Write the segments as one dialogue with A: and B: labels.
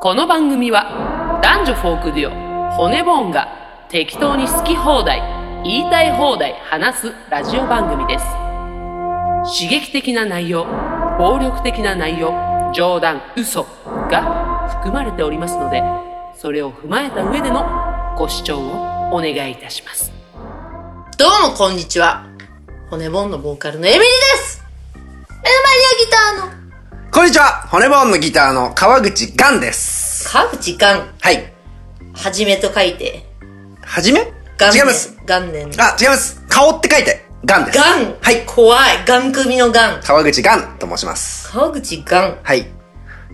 A: この番組は男女フォークデュオ骨ボーンが適当に好き放題言いたい放題話すラジオ番組です刺激的な内容暴力的な内容冗談嘘が含まれておりますのでそれを踏まえた上でのご視聴をお願いいたします
B: どうもこんにちは。骨ボンのボーカルのエミリです。目の前にはギ
C: こんにちは骨ボーンのギターの川口ガンです。
B: ターの川口元、
C: はい。
B: はじめと書いて、
C: はじめ違い
B: 元年。
C: ます。
B: 元年。
C: あ、違います。顔って書いて、ガンです。
B: 元
C: はい。
B: 怖い。元組の元。
C: 川口ガンと申します。
B: 川口元。
C: はい。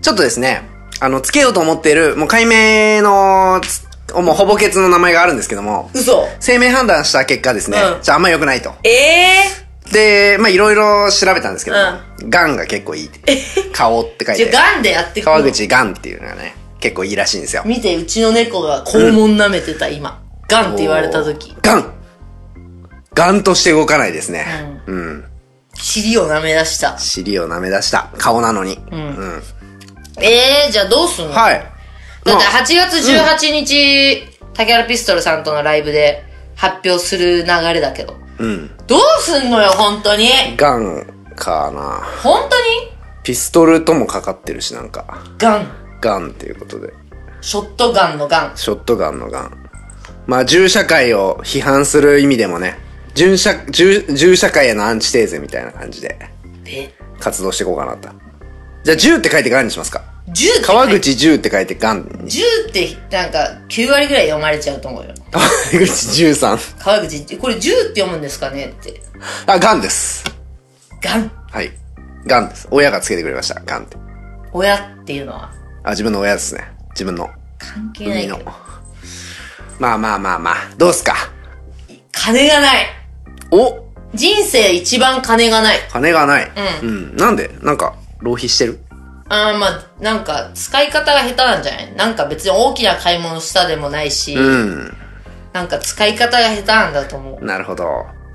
C: ちょっとですね、あの、つけようと思っている、もう解明の、つもうほぼケツの名前があるんですけども、
B: 嘘。
C: 生命判断した結果ですね、
B: うん
C: じゃああんま良くないと。
B: ええ
C: で、まあいろいろ調べたんですけども、ガンが結構いいって。顔って書い
B: ー。じ
C: て、
B: ゃあ元でやってくの
C: 川。口ガンっていうのがね、結構いいらしいんですよ。
B: 見て、うちの猫が肛門舐めてた、今。元って言われた時。
C: ガンガンとして動かないですね。うん。
B: 尻を舐め出した。
C: 尻を舐め出した。顔なのに。うん。
B: ええー、じゃあどうすんの
C: はい。
B: だっ
C: ま
B: て
C: あ
B: 8月18日、竹原ピストルさんとのライブで発表する流れだけど。
C: うん。
B: どうすんのよ、本当に。
C: ガンかな。
B: 本当に
C: ピストルともかかってるし、なんか。
B: ガン。
C: ガンっていうことで。
B: ショットガンのガン。
C: ショットガンのガン。まあ、銃社会を批判する意味でもね、銃社、銃、銃社会へのアンチテーゼみたいな感じで
B: え、
C: 活動していこうかなと。じゃあ、銃って書いてガンにしますか。
B: 銃って、
C: 川口銃って書いてガンにし。
B: 銃ってなんか9割ぐらい読まれちゃうと思うよ。
C: 川口銃さん。
B: 川口、これ銃って読むんですかねって。
C: あ、ガンです。
B: ガン。
C: はい。ガンです。親がつけてくれました。ガンって。
B: 親っていうのは
C: あ、自分の親ですね。自分の。
B: 関係ない
C: 海
B: け
C: の
B: ど。。
C: まあまあまあまあ。どうっすか
B: 金がない。
C: お
B: 人生一番金がない。
C: 金がない。うん。なんでなんか、浪費してる
B: あーまあ、なんか、使い方が下手なんじゃないなんか別に大きな買い物したでもないし、
C: うん。
B: なんか使い方が下手なんだと思う。
C: なるほど。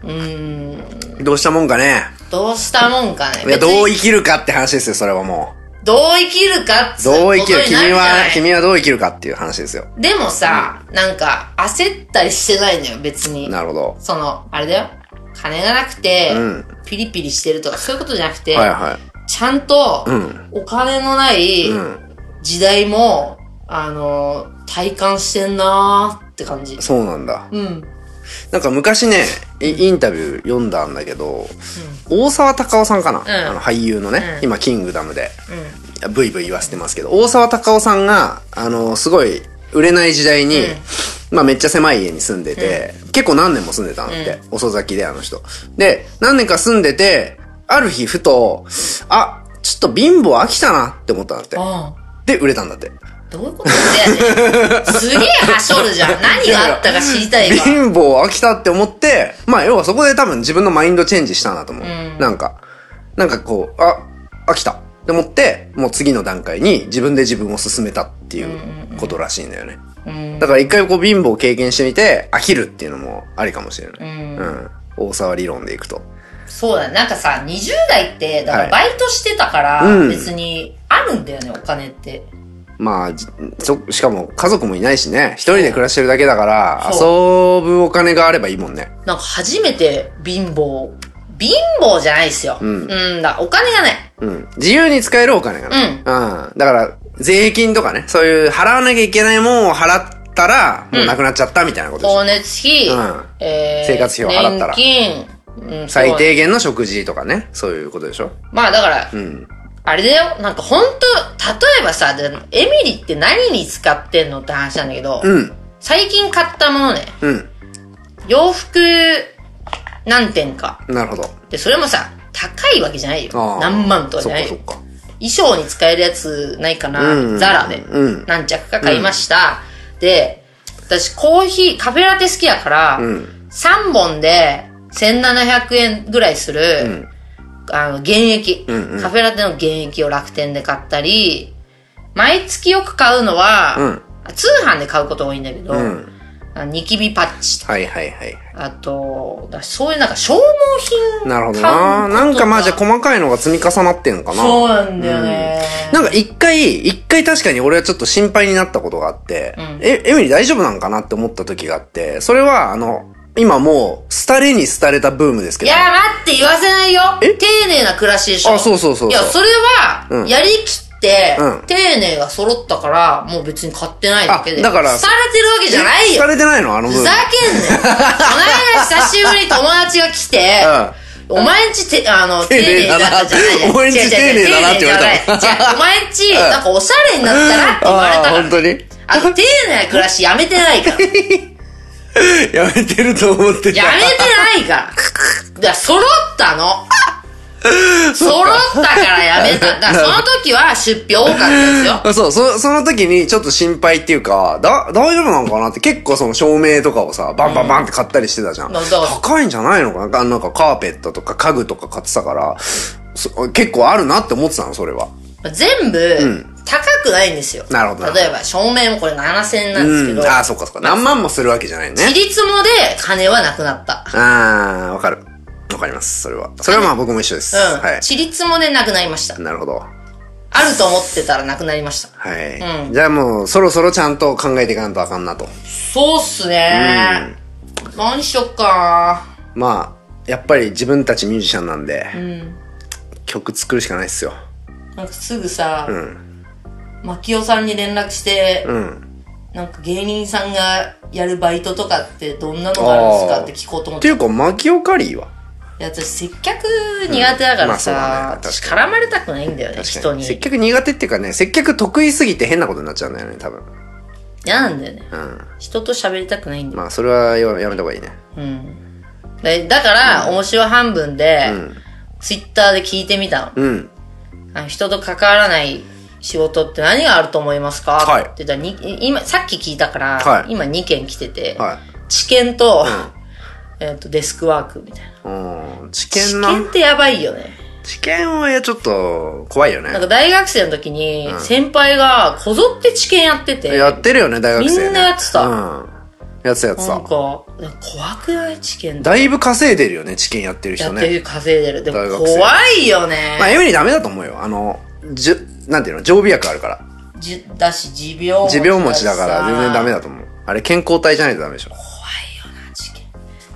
B: うーん、
C: どうしたもんかね。
B: どうしたもんかね。
C: いや、
B: 別に
C: どう生きるかって話ですよ、それはも
B: どう生きるかっ
C: う。
B: つう
C: ど
B: こ
C: う
B: とに
C: 生き
B: な
C: る
B: るじゃ
C: 君
B: な
C: は、
B: い
C: 君はどう生きるかっていう話ですよ。
B: でもさ、なんか焦ったりしてないのよ別に
C: なるほど。
B: そのあれだよ金がなくて、
C: うん
B: ピリピリしてるとかそういうことじゃなくて、
C: はいは
B: ちゃんと、
C: うん
B: お金のない
C: い。うん。
B: 時代もあの体感してんなーって感じ
C: そうなんだ。
B: うん
C: なんか昔ね、イインタビュー読んだんだけど、大沢たかおさんかな、あの俳優のね、
B: うん
C: 今、キングダムで、
B: う
C: ブイブイ言わせてますけど、大沢たかおさんが、あの、すごい、売れない時代に、まあめっちゃ狭い家に住んでて、結構何年も住んでたんだって、遅咲きであの人。で、何年か住んでて、ある日ふと、あ、ちょっと貧乏飽きたなって思ったんだって。
B: あ
C: で、売れたんだって。
B: どういうこと だよねすげえはしょるじゃん何があったか知りたい わ
C: 貧乏飽きたって思って、まあ要はそこで多分自分のマインドチェンジしたなと思う。
B: うん
C: なんか、なんかこう、あ、飽きたって思って、もう次の段階に自分で自分を進めたっていうことらしいんだよね。
B: うん
C: だから一回こう貧乏を経験してみて、飽きるっていうのもありかもしれな
B: う
C: い。
B: ん
C: うん。大沢理論でいくと。
B: そうだね。なんかさ、20代って、だから
C: はい
B: バイトしてたから、
C: うん
B: 別にあるんだよね、お金って。
C: まあ、じそしかも家族もいないしね、一人で暮らしてるだけだから、遊ぶお金があればいいもんね。
B: なんか初めて貧乏。貧乏じゃないですよ。うん。だからお金がない。
C: うん。自由に使えるお金がね。
B: うん
C: うん。だから、税金とかね、そういう払わなきゃいけないもんを払ったら、もうなくなっちゃったみたいなことでしょ
B: 光熱費、
C: うん
B: えー、
C: 生活費を払ったら
B: 年金、うん、
C: 最
B: そう。
C: 低限の食事とかね、そういうことでしょ
B: まあだから、
C: ん
B: あれだよ。なんか本当例えばさ、でエミリーって何に使ってんのって話なんだけど、
C: うん。
B: 最近買ったものね、
C: うん。
B: 洋服何点か。
C: なるほど。
B: で、それもさ、高いわけじゃないよ
C: あ。ー
B: 何万とかじ
C: そ
B: ゃ
C: っ
B: な
C: か
B: い
C: そ
B: よ
C: っ。か。
B: 衣装に使えるやつないかな、
C: うん
B: ザラで
C: うん
B: 何着か買いました。で、私コーヒー、カフェラテ好きやから、
C: ん
B: 3本で1700円ぐらいする、あの、原液、
C: んうん
B: カフェラテの原液を楽天で買ったり、毎月よく買うのは、
C: うん
B: 通販で買うことが多いんだけど、
C: うん。
B: あニキビパッチと
C: はいはいはい。
B: あと、だそういうなんか消耗品
C: なるほどな。なんかまあじゃあ
B: こ
C: 細かいのが積み重なってんのかな。
B: そうなんだよね。
C: なんか一回、一回確かに俺はちょっと心配になったことがあって、え、エミリー大丈夫なんかなって思った時があって、それはあの、今もう、廃れに廃れたブームですけ
B: い
C: ど。
B: や、待って、言わせないよ。丁寧な暮らしでしょ。
C: あそうそうそうそう
B: や、それ
C: う
B: は、
C: ん
B: やりきって、
C: うん
B: 丁寧が揃ったから、もう別に買ってないだけで。
C: あだから
B: されてるわけじゃないよ
C: 廃。れてないのあのブー
B: ふ
C: ム。
B: ざけんなよ。 この間久しぶりに友達が来て、お前んちて、あの、丁寧になったじゃない
C: 丁寧だなお前んち丁寧だなって言われた
B: じゃあ、お前んち、なんかおしゃれになったなって言われた
C: あ
B: か
C: あ、
B: ら
C: 本。当に
B: あの、丁寧な暮らしやめてないから。やめて
C: やめてると思ってた。
B: ないから。だ から揃ったの。揃ったからやめ た。だからその時は出費多かったですよ。
C: あそう、そ、その時にちょっと心配っていうか、だ、大丈夫なのかなって結構その照明とかをさ、バンバンバンって買ったりしてたじゃん。
B: だから
C: 高いんじゃないのかなあのなんかカーペットとか家具とか買ってたから、そ結構あるなって思ってたの、それは。
B: 全部、高くないんですよ。
C: なるほどなるほど
B: 例えば、照明もこれ7000円なんですけ
C: うん。
B: ど、
C: ああ、そっかそっか。何万もするわけじゃない
B: 切
C: ね。
B: り積もで金はなくなった。
C: ああ、わかる。わかります、それは。それはまあ僕も一緒です。
B: うん。
C: はい。
B: ちりつもでなくなりました。
C: なるほど。
B: あると思ってたらなくなりました。
C: はい。じゃあもう、そろそろちゃんと考えていかんとあかんなと。
B: そうっすね、何しよっか
C: まあ、やっぱり自分たちミュージシャンなんで、曲作るしかないっすよ。
B: な。なんかすぐさ、
C: ん
B: マキオさんに連絡して、
C: うん。
B: なんか芸人さんがやるバイトとかってどんなのがあるんですかって聞こうと思
C: っ
B: ってて。い
C: いうか、マキオカリーは
B: や、私接客苦手だからさ、
C: うんまあそうだね
B: 私
C: 確
B: 絡まれたくないんだよね、
C: 確
B: 人
C: かに。
B: に。
C: 接客苦手っていうかね、接客得意すぎて変なことになっちゃうんだよね、多分。
B: 嫌なんだよね。
C: うん。
B: 人と喋りたくないんだよ。
C: まあ、それはややめた方がいいね。
B: うん。でだから、面白半分で、
C: ん
B: ツイッターで聞いてみたの。
C: うん。
B: あの人と関わらない仕事って何があると思いますか、
C: はい
B: って言ったらに、今、さっき聞いたから、
C: はい
B: 今2件来てて、
C: はい。
B: 知見と、えっと、デスクワークみたいな。
C: うん。知
B: 知
C: 見
B: 見
C: な
B: っ。てやばいよね。
C: 知見は、いや、ちょっと、怖いよ
B: なん
C: ね。
B: か大学生の時に、先輩がこぞって知見やってて、
C: やってるよね、大学生、ね。
B: みんなやってた
C: うん。やってたやって
B: なんか、なんか
C: た。
B: 怖くない知見
C: だいぶ稼いでるよね、知見やってる
B: や
C: 人
B: っ
C: ね。
B: てる稼いでる。でも
C: 大学生
B: 怖いよね。
C: まあ、エミリーダメだと思うよ。あの、じゅ、なんていうの、常備薬あるから。
B: じだし、持病持ち
C: 持
B: だし
C: 病持ちだから
B: さ
C: 全然ダメだと思う。あれ健康体じゃないとダメでしょ。
B: 知見。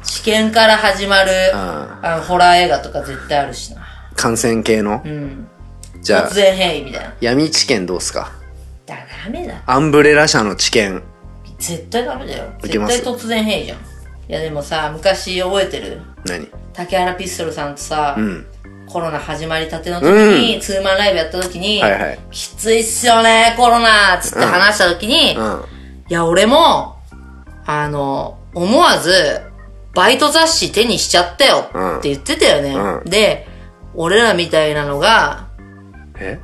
B: 知見から始まる、あのホラー映画とか絶対あるしな。
C: 感染系の。
B: ん
C: じゃあ
B: 突、然変異みたいな。
C: 闇知見どうすか
B: だ、ダメだ。
C: アンブレラ社の知見。
B: 絶対ダメだよ。
C: いけ
B: 絶
C: ます
B: 対突然変異じゃん。いやでもさ、昔覚えてる
C: 何
B: 竹原ピストルさんとさ、
C: うん。
B: コロナ始まりたての時に、ツーマンライブやった時に、
C: はいはい
B: きついっすよね、コロナつって話した時に、
C: うん。
B: いや、俺も、あの、思わず、バイト雑誌手にしちゃったよって言ってたよね。
C: うんうん
B: で、俺らみたいなのが、
C: え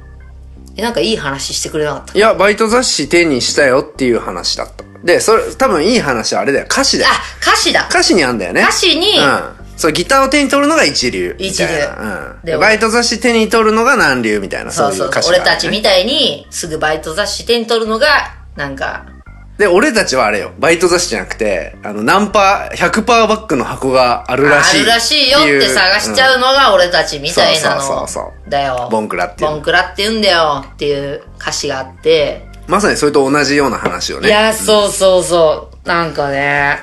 B: えなんかいい話してくれなかった
C: いや、バイト雑誌手にしたよっていう話だった。で、それ、多分いい話はあれだよ。歌詞だよ。
B: あ、歌詞だ
C: 歌詞にあんだよね。
B: 歌詞に、
C: うん。そう、ギターを手に取るのが一流。みたいな
B: 一流
C: うん。バイト雑誌手に取るのが何流みたいな、
B: そう
C: い
B: そう
C: 歌詞が
B: 俺
C: あるね
B: たちみたいに、すぐバイト雑誌手に取るのが、なんか、
C: で、俺たちはあれよ、バイト雑誌じゃなくて、あの、ナンパ、100%バッグの箱があるらしい
B: あるらしいよって探しちゃうの
C: の。
B: が俺たちみたいな
C: そうそうそうそ
B: の。だよ。
C: ボンクラっていう
B: ボンクラって言うんだよっていう歌詞があって。
C: うんまさにそれと同じような話を
B: い
C: ね。
B: や、そうそうそう。なんかね。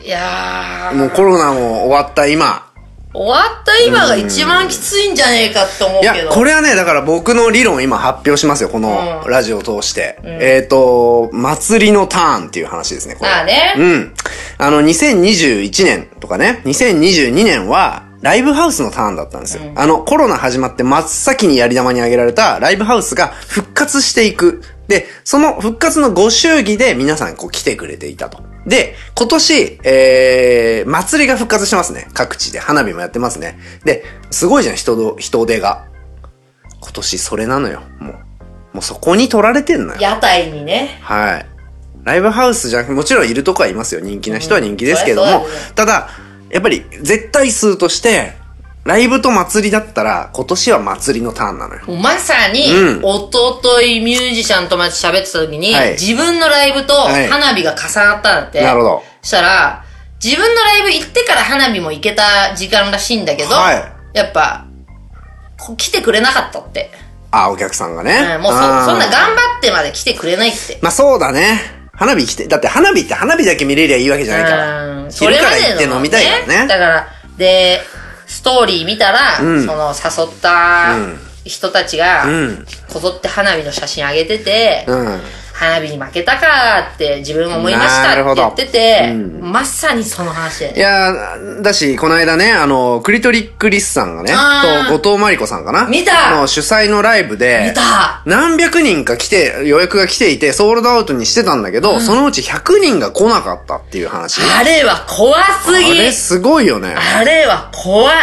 B: いやー。
C: もうコロナも終わった今。
B: 終わった今が一番きついんじゃねえかって思う
C: い
B: けど。
C: や、これはね、だから僕の理論今発表しますよ、この
B: うん
C: ラジオを通して。えっ、と、祭りのターンっていう話ですね、これ。
B: まあね
C: うん。あの、2021年とかね、2022年は、ライブハウスのターンだったんですよ。あの、コロナ始まって真っ先にやり玉に挙げられたライブハウスが復活していく。で、その復活のご祝儀で皆さんこう来てくれていたと。で、今年、えー、祭りが復活してますね。各地で。花火もやってますね。で、すごいじゃん、人ど、人手が。今年それなのよ、もう。もうそこに取られてんのよ。
B: 屋台にね。
C: はい。ライブハウスじゃなくて、もちろんいるとこはいますよ。人気な人は人気ですけど
B: うん
C: も
B: そりゃそうだ、
C: ただ、やっぱり絶対数として、ライブと祭りだったら、今年は祭りのターンなのよ。
B: もうまさに、
C: うん
B: おとといミュージシャンと友達と喋ってた時に、
C: はい
B: 自分のライブと
C: はい
B: 花火が重なったんだって。
C: なるほど。
B: そしたら、自分のライブ行ってから花火も行けた時間らしいんだけど、
C: は
B: やっぱ、こ来てくれなかったって。
C: あ、お客さんがね。
B: うん、もうそ
C: あー
B: そんな頑張ってまで来てくれないって。
C: まあそうだね。花火来て、だって花火って花火だけ見れりゃいいわけじゃないから。
B: うんそ
C: 昼
B: れ
C: か
B: ま
C: ら
B: で
C: 行って
B: の
C: 飲みたいか
B: だ
C: らね。
B: から、で、ストーリー見たら、
C: うん
B: その誘った
C: うん
B: 人たちが、
C: うん
B: こぞって花火の写真あげてて、
C: うん。
B: 花火に負けたかって自分思いました
C: なる
B: っ
C: ほ
B: て
C: ど
B: 言ってて、
C: う
B: まさにその話で
C: いやー、だし、この間ね、あの、クリトリックリスさんがね
B: あー、
C: と、後藤真理子さんかな。
B: 見た
C: あの主催のライブで。
B: 見た
C: 何百人か来て、予約が来ていて、ソールドアウトにしてたんだけど、そのうち100人が来なかったっていう話。
B: あれは怖す
C: あれ
B: ぎ
C: すごいよね。
B: あれは怖い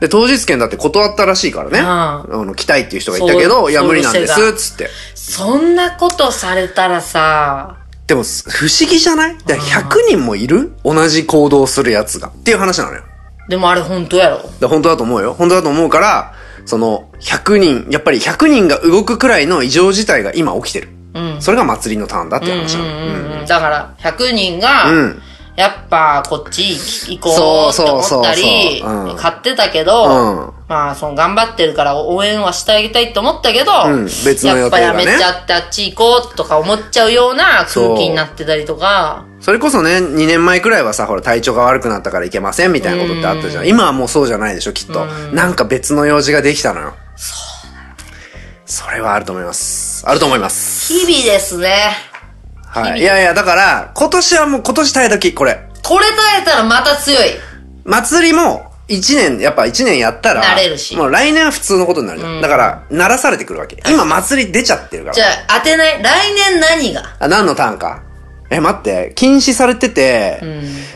C: で、当日券だって断ったらしいからね。
B: うん
C: あの、来たいっていう人がいたけ
B: そ
C: ど、
B: う
C: いや、無理なんで
B: そういう店
C: す、つって。
B: そんなことされたらさ、
C: でも、す不思議じゃないだから100人もいる同じ行動するやつが。っていう話なのよ。だか
B: でもあれ本当やろ。
C: ら本当だと思うよ。本当だと思うから、その、100人、やっぱり100人が動くくらいの異常事態が今起きてる。
B: うん。
C: それが祭りのターンだっ
B: う
C: て
B: ん
C: 話なの。
B: うんうん、だから、100人が、
C: うん
B: やっぱ、こっち行こうって思ったり、
C: そうそうそうそううん
B: 買ってたけ
C: うん
B: ど、まあ、その、頑張ってるから応援はしてあげたいって思ったけど、
C: うん別の
B: や
C: 予
B: っぱ
C: 定
B: や
C: がね
B: めちゃってあっち行こうとか思っちゃうような空気になってたりとか、
C: それこそね、2年前くらいはさ、ほら、体調が悪くなったからいけませんみたいなことってあったじゃん。今はもうそうじゃないでしょ、きっと。なんか別の用事ができたのよ。そうそれはあると思います。あると思います。
B: 日々ですね。
C: はい。いやいや、だから、今年はもう今年耐え時、これ。
B: これ耐えたらまた強い。
C: 祭りも、一年、やっぱ一年やったら、
B: 慣れるし
C: もう来年は普通のことになるじゃん。だから、慣らされてくるわけ。今祭り出ちゃってるから。
B: じゃあ、当てない。来年何が
C: あ、何のターンか。え、待って、禁止されてて、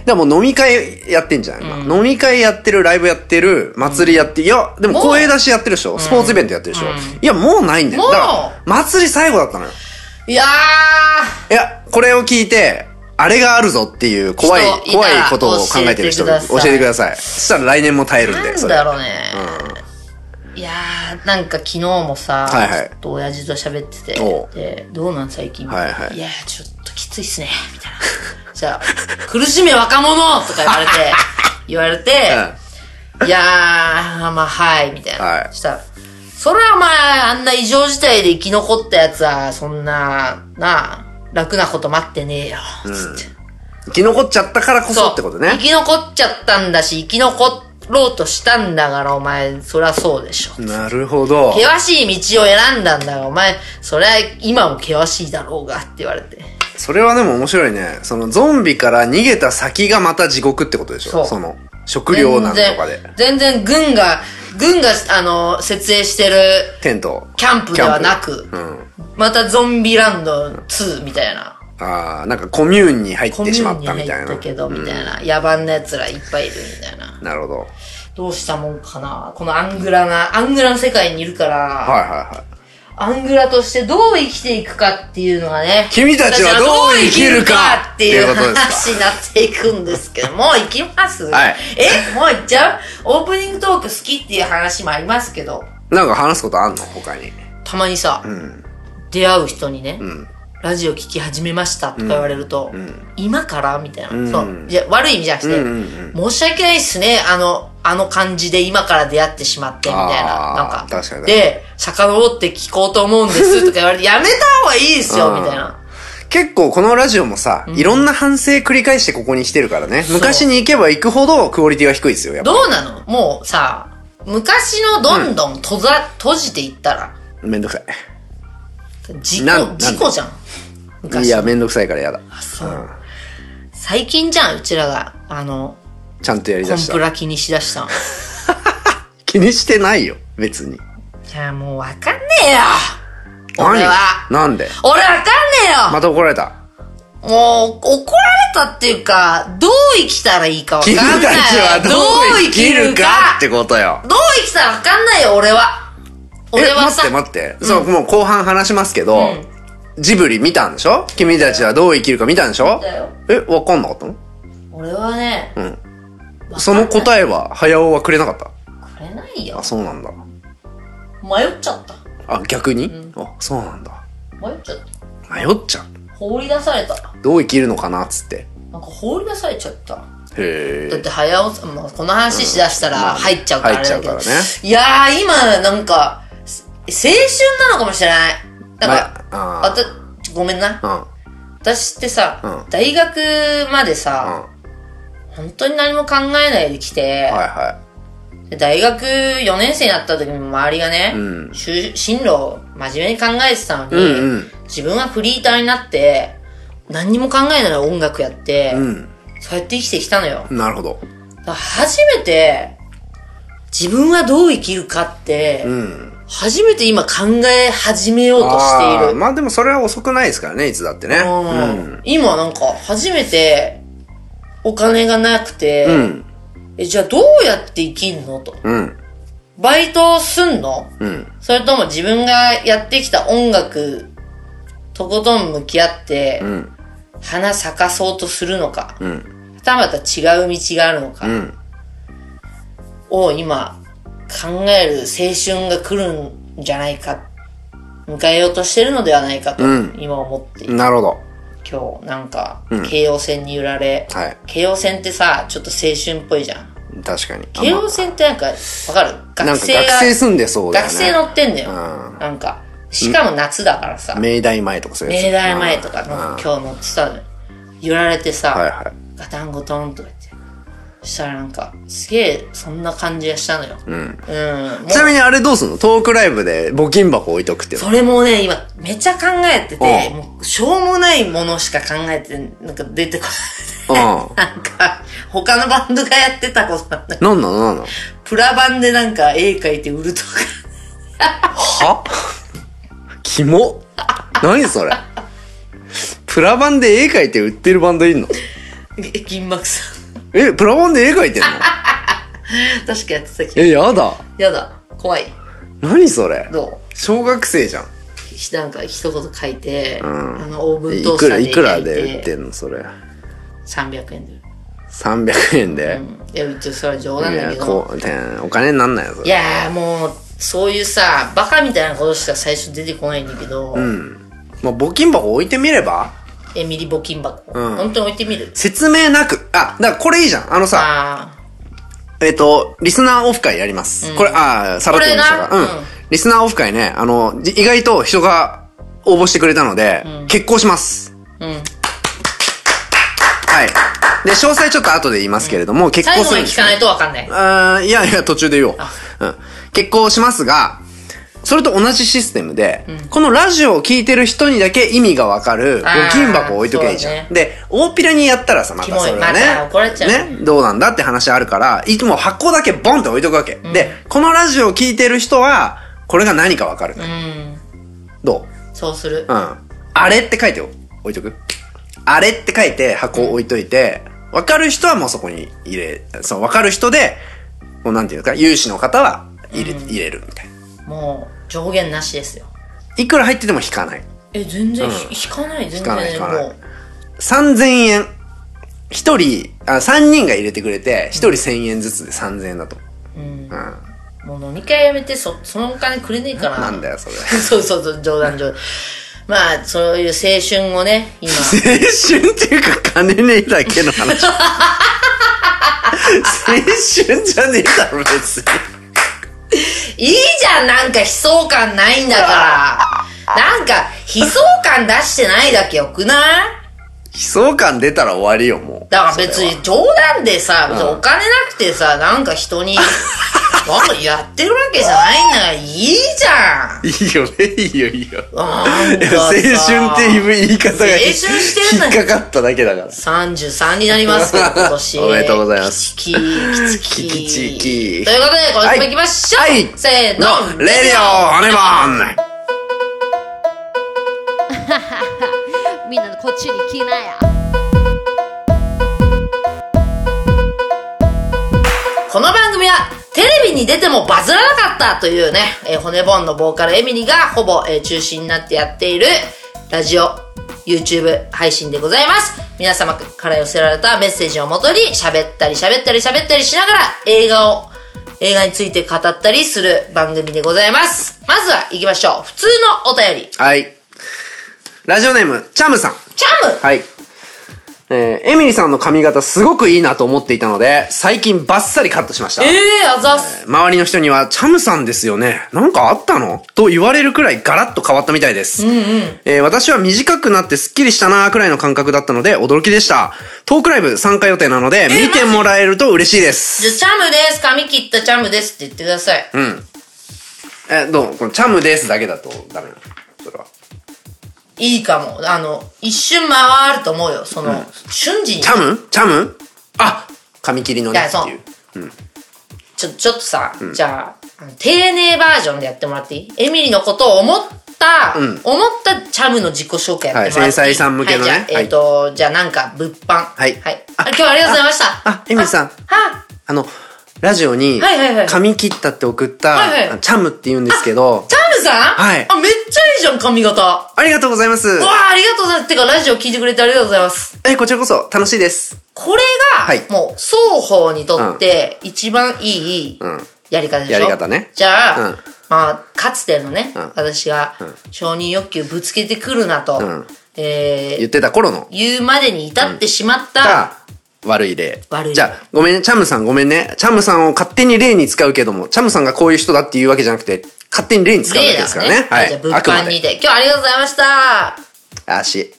C: でも飲み会やってんじゃない、今飲み会やってる、ライブやってる、祭りやって、いや、でも
B: もう
C: 声出しやってるでしょ、スポーツイベントやってるでしょ、いや、もうないんだよ。
B: もう
C: だから、祭り最後だったのよ。
B: いやー
C: いや、これを聞いて、あれがあるぞっていう怖い
B: 人いた、ら
C: 怖いことを考えてる人
B: 教えてください
C: 教えてください。そしたら来年も耐えるんで、
B: なん
C: それ。
B: だろうね。いやー、なんか昨日もさ、
C: はいはい
B: ちょっと親父と喋って
C: おう
B: て、で、どうなん最近、
C: はいはい
B: やー、ちょっときついっすね、みたいな。じゃあ、苦しめ若者とか言わ れて、言われて、いやー、まあはい、みたいな。
C: はい
B: したら、それはまあ、あんな異常事態で生き残ったやつは、そんな、なあ、楽なこと待ってねえよ、つって。
C: 生き残っちゃったからこそってこと
B: 生
C: ね。
B: き残っちゃったんだし、生き残ろうとしたんだから、お前、そりゃそうでしょ。
C: なるほど。
B: 険しい道を選んだんだから、お前、そりゃ今も険しいだろうが、って言われて。
C: それはでも面白いね。そのゾンビから逃げた先がまた地獄ってことでしょ
B: そう
C: の、食料なんとかで。
B: 全然、全然軍が、軍が、あの、設営してる
C: テント。
B: キャンプではなく、
C: うん。
B: またゾンビランド2みたいな。
C: ああ、なんかコミューンに入っ
B: コミュ
C: てしま
B: ーン
C: っ
B: に
C: た
B: 入
C: みたい
B: っ
C: な。
B: たけど、みたいな。野蛮な奴らいっぱいいる、みたいな。
C: なるほど。はい
B: どうしたもんかな。このアングラな、アングラの世界にいるから、
C: はいはい。
B: アングラとしてどう生きていくかっていうのがね。
C: 君たちはどう生きるか
B: っていう
C: っていうことですか
B: 話になっていくんです けど、もう行きます
C: はい
B: えもう行っちゃうオープニングトーク好きっていう話もありますけど、
C: なんか話すことあんの他に。
B: たまにさ、
C: ん
B: 出会う人にね、ラジオ聞き始めましたとか言われると、今からみたいな。
C: ん
B: そう。いや、悪い意味じゃなくて、
C: うんう
B: 申
C: ん
B: し訳ないっすね。あの、あの感じで今から出会ってしまって、みたい
C: あ
B: な。
C: ー
B: なんか。
C: 確かに
B: で、遡って聞こうと思うんですとか言 われて、やめた方がいいですよ、
C: うん
B: みたいな。
C: 結構このラジオもさ、いろんな反省繰り返してここに来てるからね。昔に行けば行くほどクオリティが低いですよ、やっぱ。
B: どうなのもうさ、昔のどんどん閉ざ、閉じていったら、
C: めんどくさ
B: 事
C: なんな
B: 故、
C: ん
B: 事故じゃん。
C: い。い
B: 昔
C: や、めんどくさいからやだ。
B: そう。最近じゃん、うちらが、あの、
C: ちゃんとやり
B: コ
C: だ
B: ン
C: し
B: プ
C: た。
B: ラ気にしだ したの。
C: 気にしてないよ、別に。
B: いや、もうわかんねえよ俺は
C: 何なんで
B: 俺わかんねえよ、
C: また怒られた。
B: もう、怒られたっていうか、どう生きたらいいかわかん
C: 君た
B: な
C: ち
B: い。
C: はどう生きるかってことよ。
B: どう生きたらわかんないよ、俺は。俺はさ
C: え、待って待って。そう、もう後半話しますけど、
B: ん
C: ジブリ見たんでしょ君たちはどう生きるか見たんでしょ
B: 見たよ
C: え、わかんなかったの
B: 俺はね、
C: その答えは、早尾はくれなかった
B: これなないよ
C: あ、。そうなんだ。
B: 迷っちゃった。
C: あ、逆に、あ、そうなんだ。
B: 迷っちゃった。
C: 迷っちゃう。
B: 放り出された。
C: どう生きるのかなっつって。
B: なんか放り出されちゃった。
C: へ
B: だっ
C: え。
B: て早尾さん、まあ、この話しだしたら
C: まあ
B: 入っちゃうからあれだけど、
C: 入っちゃうからね
B: いやー今なんかす青春なのかもしれないなんか、
C: まあ
B: あたごめんな
C: うん。
B: 私ってさ、
C: うん
B: 大学まで
C: うん。
B: さ、
C: は
B: 本当に何も考えないで来て、
C: いは
B: で大学4年生になった時に周りがね、
C: うん
B: 就進路を真面目に考えてたのに、
C: うんうん
B: 自分はフリーターになって何にも考えないで音楽やって、
C: い。うん。
B: そうやって生きてきたのよ、
C: なるほど。
B: 初めて自分はどう生きるかって、
C: うん。
B: 初めて今考え始めようとしてい
C: あー
B: る、
C: まあでもそれは遅くないですからね、いつだってね。
B: うん今なんか初めてお金がなくて、
C: うん。うん。
B: えじゃあどうやって生きんのと
C: うん。
B: バイトすんの
C: うん。
B: それとも自分がやってきた音楽とことん向き合って、
C: ん
B: 花咲かそうとするのか、
C: うん。
B: はたまた違う道があるのか、
C: うん。
B: を今考える青春が来るんじゃないか迎えようとしてるのではないかと
C: うん
B: 今思って、
C: なるほど。
B: 今日なんか
C: うん
B: 京王線に揺られ、
C: はい。
B: 京王線ってさちょっと青春っぽいじゃん
C: 確かに。
B: 京王線ってなんかわかる
C: あんま
B: 学
C: なんか
B: 生が
C: 学生住んでそうだよ
B: 学
C: ね。
B: 生乗ってんだよ、
C: う
B: なんかしかも夏だからさ、
C: 明大前とかそういうやつ。
B: 明大前とか
C: うん
B: なんか
C: うん
B: 今日乗ってたのよ揺られてさ、
C: はいはい。
B: ガタンゴトンとか言ってそしたらなんかすげえそんな感じがしたのようん、もう
C: ちなみにあれどうすんのトークライブで募金箱置いとくっていうの
B: それもね、今、めちゃ考えてて、
C: うん
B: もう、しょうもないものしか考えて、なんか出てこ
C: うん。
B: ない。 なんか、他のバンドがやってたことなんだけど
C: なんなのなんなの
B: プラ版でなんか絵描いて売るとか。
C: はキモ何それプラ版で絵描いて売ってるバンドいんの
B: え銀幕さん。
C: え、プラ版で絵描いてんの
B: 確かやってたけど。
C: え、やだ。
B: やだ。怖い。
C: 何それ
B: ど
C: 小学生じゃん。
B: うひなんか一言書いて、
C: ん
B: あの、オーブ
C: え
B: ン
C: い
B: トー
C: く
B: スタ
C: ら、
B: ーで
C: いくらで
B: 焼
C: 売っ
B: い
C: てんのそれ。
B: 300円で売る。
C: 300円で。
B: うん。いや、うちそれは冗談
C: い
B: だ
C: や
B: け、ど。
C: こう、てんお金になんないよ、そ
B: い
C: れ。
B: やーもう、そういうさ、バカみたいなことしか最初出てこないんだけど、
C: まあ、募金箱置いてみれば
B: エミリ募金箱。
C: うん
B: 本当に置いてみる
C: 説明なく。あ、だからこれいいじゃん。あのさ、
B: あ
C: えっ、と、リスナーオフ会やります。これ、あーさらっと言いました
B: こ
C: が。
B: れ
C: うん
B: なうん。
C: リスナーオフ会ね、あの、じ意外と人が応募してくれたので、結婚します。
B: あ、うん。
C: はい。で、詳細ちょっと後で言いますけれども、結
B: 最
C: 婚
B: 後
C: す
B: まで聞かな
C: るんですね
B: いとわかんない。
C: あーいやいや、途中で言おう。うん。結婚しますが、それと同じシステムで、このラジオを聞いてる人にだけ意味がわかる
B: あー
C: 募金箱を置いとけばいいじゃん。
B: そうだ
C: で、大っぴらにやったらさ、またそれ
B: キモいま
C: はね。
B: た怒られちゃう
C: ね。どうなんだって話あるから、いつも箱だけボンって置いとくわけ。で、このラジオを聞いてる人は、これが何かわかる。
B: うん。
C: ど
B: そうする
C: うう。ん。あれって書いて置いとくあれって書いて箱を置いといて、わかる人はもうそこに入れ、そのわかる人で、こうなんていうか、有志の方は入れ、入れるみたいな。
B: もう、上限なしですよ。
C: いくら入ってても引かない。
B: え、全然ひ、引かない、全
C: かない
B: 然。
C: 引かない
B: もう、
C: 3000円。一人、あ、三人が入れてくれて、一人1000円ずつで3000円だと。
B: うん
C: う。ん。
B: もう飲み会やめて、そ、そのお金くれねえか
C: な
B: ら。
C: んだよ、それ。
B: そうそうそう、冗談 冗談。まあ、そういう青春をね、今。
C: 青春っていうか金ねえだけの話青春じゃねえだろ別に
B: いいじゃん、なんか悲壮感ないんだから。なんか、悲壮感出してないだけよくない
C: 悲壮感出たら終わりよもう
B: だから別に冗談でさ、別にお金なくてさ、なんか人 に、なんかやってるわけじゃないんだから、いいじゃん
C: いいよねいいよいいよ
B: なん
C: い
B: か
C: や
B: さ
C: 青春っていう言い方が
B: 青春してんのよ
C: 引っかかっただけだから
B: 33になりますけど、今年。
C: おめでとうございます
B: キチキ、
C: キ
B: キ
C: チ
B: チ
C: キ
B: キ。ということで、今週も行きましょう、
C: はい
B: せーの
C: のレディオハネバーン
D: みんなこっちに来なや
B: この番組はテレビに出てもバズらなかったというね、えー骨ボンのボーカルエミリがほぼ、えー中心になってやっているラジオ、YouTube 配信でございます。皆様から寄せられたメッセージをもとに喋ったり喋ったり喋ったりしながら映画を映画について語ったりする番組でございます。まずは行きましょう。普通のお便り。
C: はい。ラジオネーム、チャムさん。
B: チャム
C: はい。えーエミリさんの髪型すごくいいなと思っていたので、最近バッサリカットしました。
B: えー、あざっす。
C: 周りの人には、チャムさんですよね。なんかあったのと言われるくらいガラッと変わったみたいです。えー私は短くなってスッキリしたなーくらいの感覚だったので驚きでした。トークライブ参加予定なので、見てもらえると嬉しいです。
B: じゃあ、チャムです。髪切ったチャムですって言ってください。
C: え、どうこのチャムですだけだとダメなのそれは。
B: いいかも。あの、一瞬回ると思うよ。その、瞬時に。
C: チャムチャムあ髪切りのねっていう。
B: ちょ、ちょっとさ、じゃあ、あの丁寧バージョンでやってもらっていいエミリのことを思った、思ったチャムの自己紹介やってもらっていい、
C: はい繊細さん向けの
B: はいじ
C: ね
B: ゃあ
C: はい
B: えっ、と、じゃあなんか、物販。
C: はい
B: はい。
C: あ
B: あ今日はありがとうございました。
C: あエミリさん
B: あは
C: あの、ラジオに
B: はいはいは、い
C: 髪切ったって送った、
B: はいはい
C: あのチャムって言うんですけど、
B: チャムさん
C: はい
B: あ、めっちゃいいじゃん、髪型。うわ
C: ありがとうございます。
B: あ、ありがとうございます。てか、ラジオ聞いてくれてありがとうございます。
C: え、こちらこそ楽しいです。
B: これが、
C: はい
B: もう、双方にとって、一番いい
C: ん
B: やり方でしょ、
C: やり方ね
B: じゃあ、
C: うん
B: まあ、かつてのね、
C: ん
B: 私が、承認欲求ぶつけてくるなと、
C: ん
B: えー
C: 言ってた頃の、
B: 言うまでに至ってしまった、
C: が、悪い例。
B: 悪い例
C: じゃあ、ごめんね、チャムさんごめんね。チャムさんを勝手に例に使うけども、チャムさんがこういう人だっていうわけじゃなくて、勝手に例に使うわけ
B: 例だ
C: ですから
B: ね
C: ね。。は
B: じゃあ、
C: い。
B: 物販にて。今日はありがとうございました。あ、
C: あし。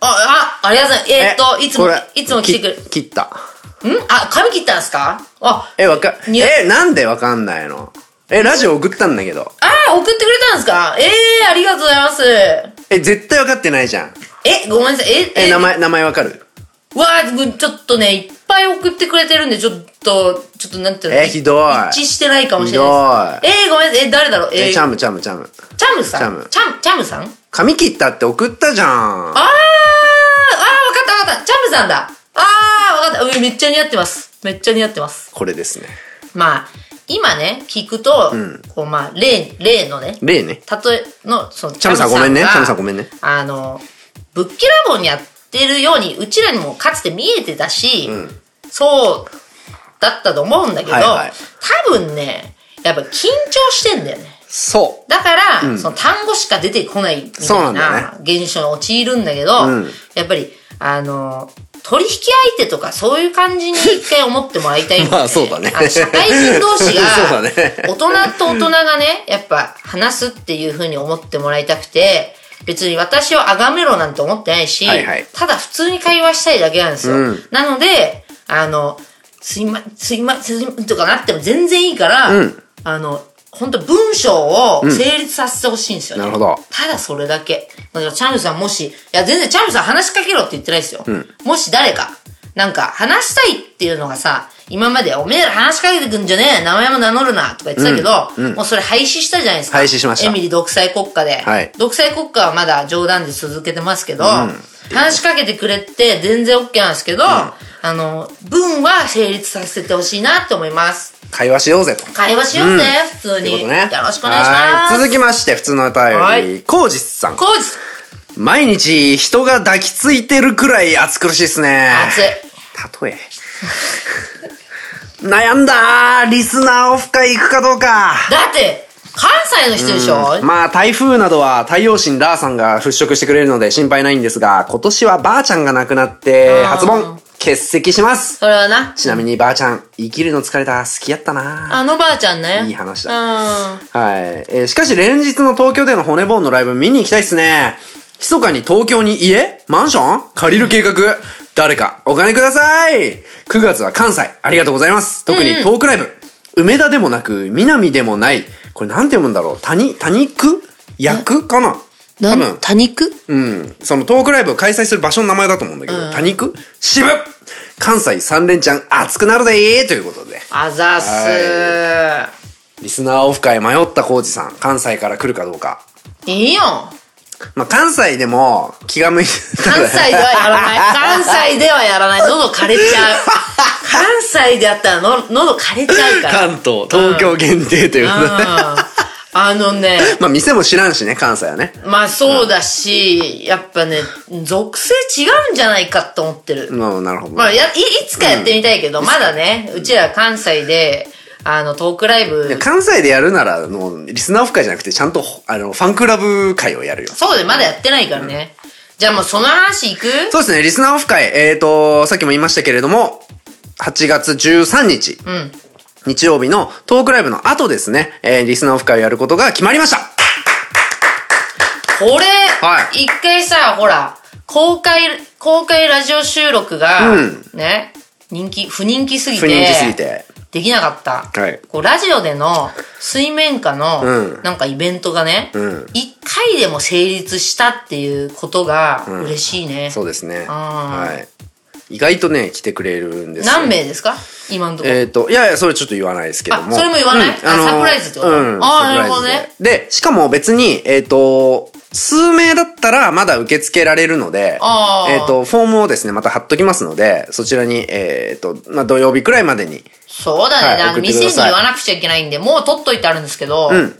B: あ、ありがとうございます。えーっと、いつも
C: これ、
B: いつも来てくれ。
C: き切った。
B: んあ、髪切ったんですかあ、
C: え、わか、
B: に
C: え、なんでわかんないのえ、ラジオ送ったんだけど。
B: あー、送ってくれたんですかええー、ありがとうございます。
C: え、絶対わかってないじゃん。
B: え、ごめんなさい。え、
C: え、名前、名前わかる
B: わあ、ちょっとね、いっぱい送ってくれてるんで、ちょっと、ちょっとなんていうの
C: えひどい
B: 一致してないかもしれないです。えー、ごめんなさい。え、誰だろうえ
C: え、
B: ー、
C: チャム、チャム、チャム。
B: チャムさん
C: チャム
B: チャム、チャムさんあー、
C: 髪切ったって送ったじゃん。
B: あー、わかったわかった。チャムさんだ。あー、わかった。うんめっちゃ似合ってます。めっちゃ似合ってます。
C: これですね。
B: まあ、今ね、聞くと、こう、まあ、例、例のね、
C: 例ね。
B: 例えの、その、
C: チャムさんごめんねチャムさんごめんね。
B: あの、ぶっきらぼうにやってるように、うちらにもかつて見えてたし、そうだったと思うんだけど、
C: はいはい
B: 多分ね、やっぱ緊張してんだよね。
C: そ
B: だから、その単語しか出てこないみ
C: そう
B: た
C: ないんだよ
B: な現象に陥るんだけど、やっぱり、あの、取引相手とかそういう感じに一回思ってもらいたいん
C: まあそうだね
B: あの社会人同士
C: そう
B: が、
C: だね
B: 大人と大人がね、やっぱ話すっていう風に思ってもらいたくて、別に私を崇めろなんて思ってないし、
C: はいはい
B: ただ普通に会話したいだけなんですよ。
C: うん
B: なので、あの、すいま、すいま、すいま、とかなっても全然いいから、
C: うん
B: あの、本当文章を成立させてほしいんですよね、
C: なるほど
B: ただそれだけ。だからチャンルさんもし、いや全然チャンルさん話しかけろって言ってないですよ。もし誰か、なんか話したいっていうのがさ、今までおめえら話しかけてくんじゃねえ、名前も名乗るなとか言ってたけど、もうそれ廃止したじゃないですか。
C: 廃止しました
B: エミリ独裁国家で。
C: はい
B: 独裁国家はまだ冗談で続けてますけど、話しかけてくれって全然 OK なんですけど、あの、文は成立させてほしいなって思います。
C: う。会話しようぜと。
B: 会話しようぜ、普通
C: という
B: に。
C: ことね。
B: よろしくお願いします。
C: はい続きまして、普通のお
B: は
C: 便り、
B: い
C: コウジスさん。
B: コーチ
C: 毎日、人が抱きついてるくらい暑苦しいっすね。
B: 熱い。
C: 例え。 悩んだーリスナーオフ会行くかどうか。
B: だって、関西の人でしょ、
C: まあ台風などは太陽神ラーさんが払拭してくれるので心配ないんですが、今年はばあちゃんが亡くなって
B: あー
C: 初盆欠席します。
B: それはな。
C: ちなみにばあちゃん、生きるの疲れた好きやったな
B: あのばあちゃんね。
C: いい話
B: だ。うん。
C: はい。えーしかし連日の東京での骨ボーンのライブ見に行きたいっすね。密かに東京に家マンション借りる計画誰かお金ください !9 月は関西ありがとうございます特にトークライブ、梅田でもなく、南でもない。これなんて読むんだろう谷、谷区役かな多分。
B: 多肉
C: うん。そのトークライブを開催する場所の名前だと思うんだけど、多肉渋関西三連チャン熱くなるでーということで。
B: あざっすー。
C: リスナーオフ会迷ったコウジさん、関西から来るかどうか。
B: いいよ。
C: まあ、関西でも気が向いてた
B: 関
C: ら
B: 西ではやら ない。関西ではやらない。喉枯れちゃう。関西でやったらの喉枯れちゃうから。
C: 関東、東京限定ということで。
B: うん。あのね、
C: まあ、店も知らんしね、関西はね。
B: まあそうだし、やっぱね、属性違うんじゃないかと思ってる。
C: まあ、なるほど。
B: まあ、やいいつかやってみたいけど、まだね、うちら関西で、あの、トークライブ
C: で。関西でやるなら、もう、リスナーオフ会じゃなくて、ちゃんと、あの、ファンクラブ会をやるよ。
B: そうで、まだやってないからね。じゃあもうその話いく
C: そうですね、リスナーオフ会、えっ、と、さっきも言いましたけれども、8月13日、
B: うん。
C: 日曜日のトークライブの後ですね、えーリスナーオフ会をやることが決まりました
B: これ、
C: はい
B: 一回さ、ほら、公開、公開ラジオ収録が、
C: うん
B: ね、人気、不人気すぎて、
C: 不人気すぎて。
B: できなかった。
C: はい
B: こうラジオでの水面下の、
C: うん
B: なんかイベントがね、一、
C: ん
B: 回でも成立したっていうことが嬉しいね。
C: そうですね。
B: あー
C: はい。意外とね、来てくれるんですよ
B: 何名ですか今のところ。
C: えっ、と、いやいや、それちょっと言わないですけども。
B: あそれも言わないあサプライズってこと
C: う
B: あー
C: ん、サプライズ
B: なるほどね
C: で。で、しかも別に、えっ、と、数名だったらまだ受け付けられるので、
B: あー
C: えっ、と、フォームをですね、また貼っときますので、そちらに、えっ、と、まあ、土曜日くらいまでに、
B: そうだね、
C: はい
B: あの
C: 送ってく
B: 店
C: だ
B: に
C: さい
B: 言わなくちゃいけないんで、もう取っといてあるんですけど、
C: ん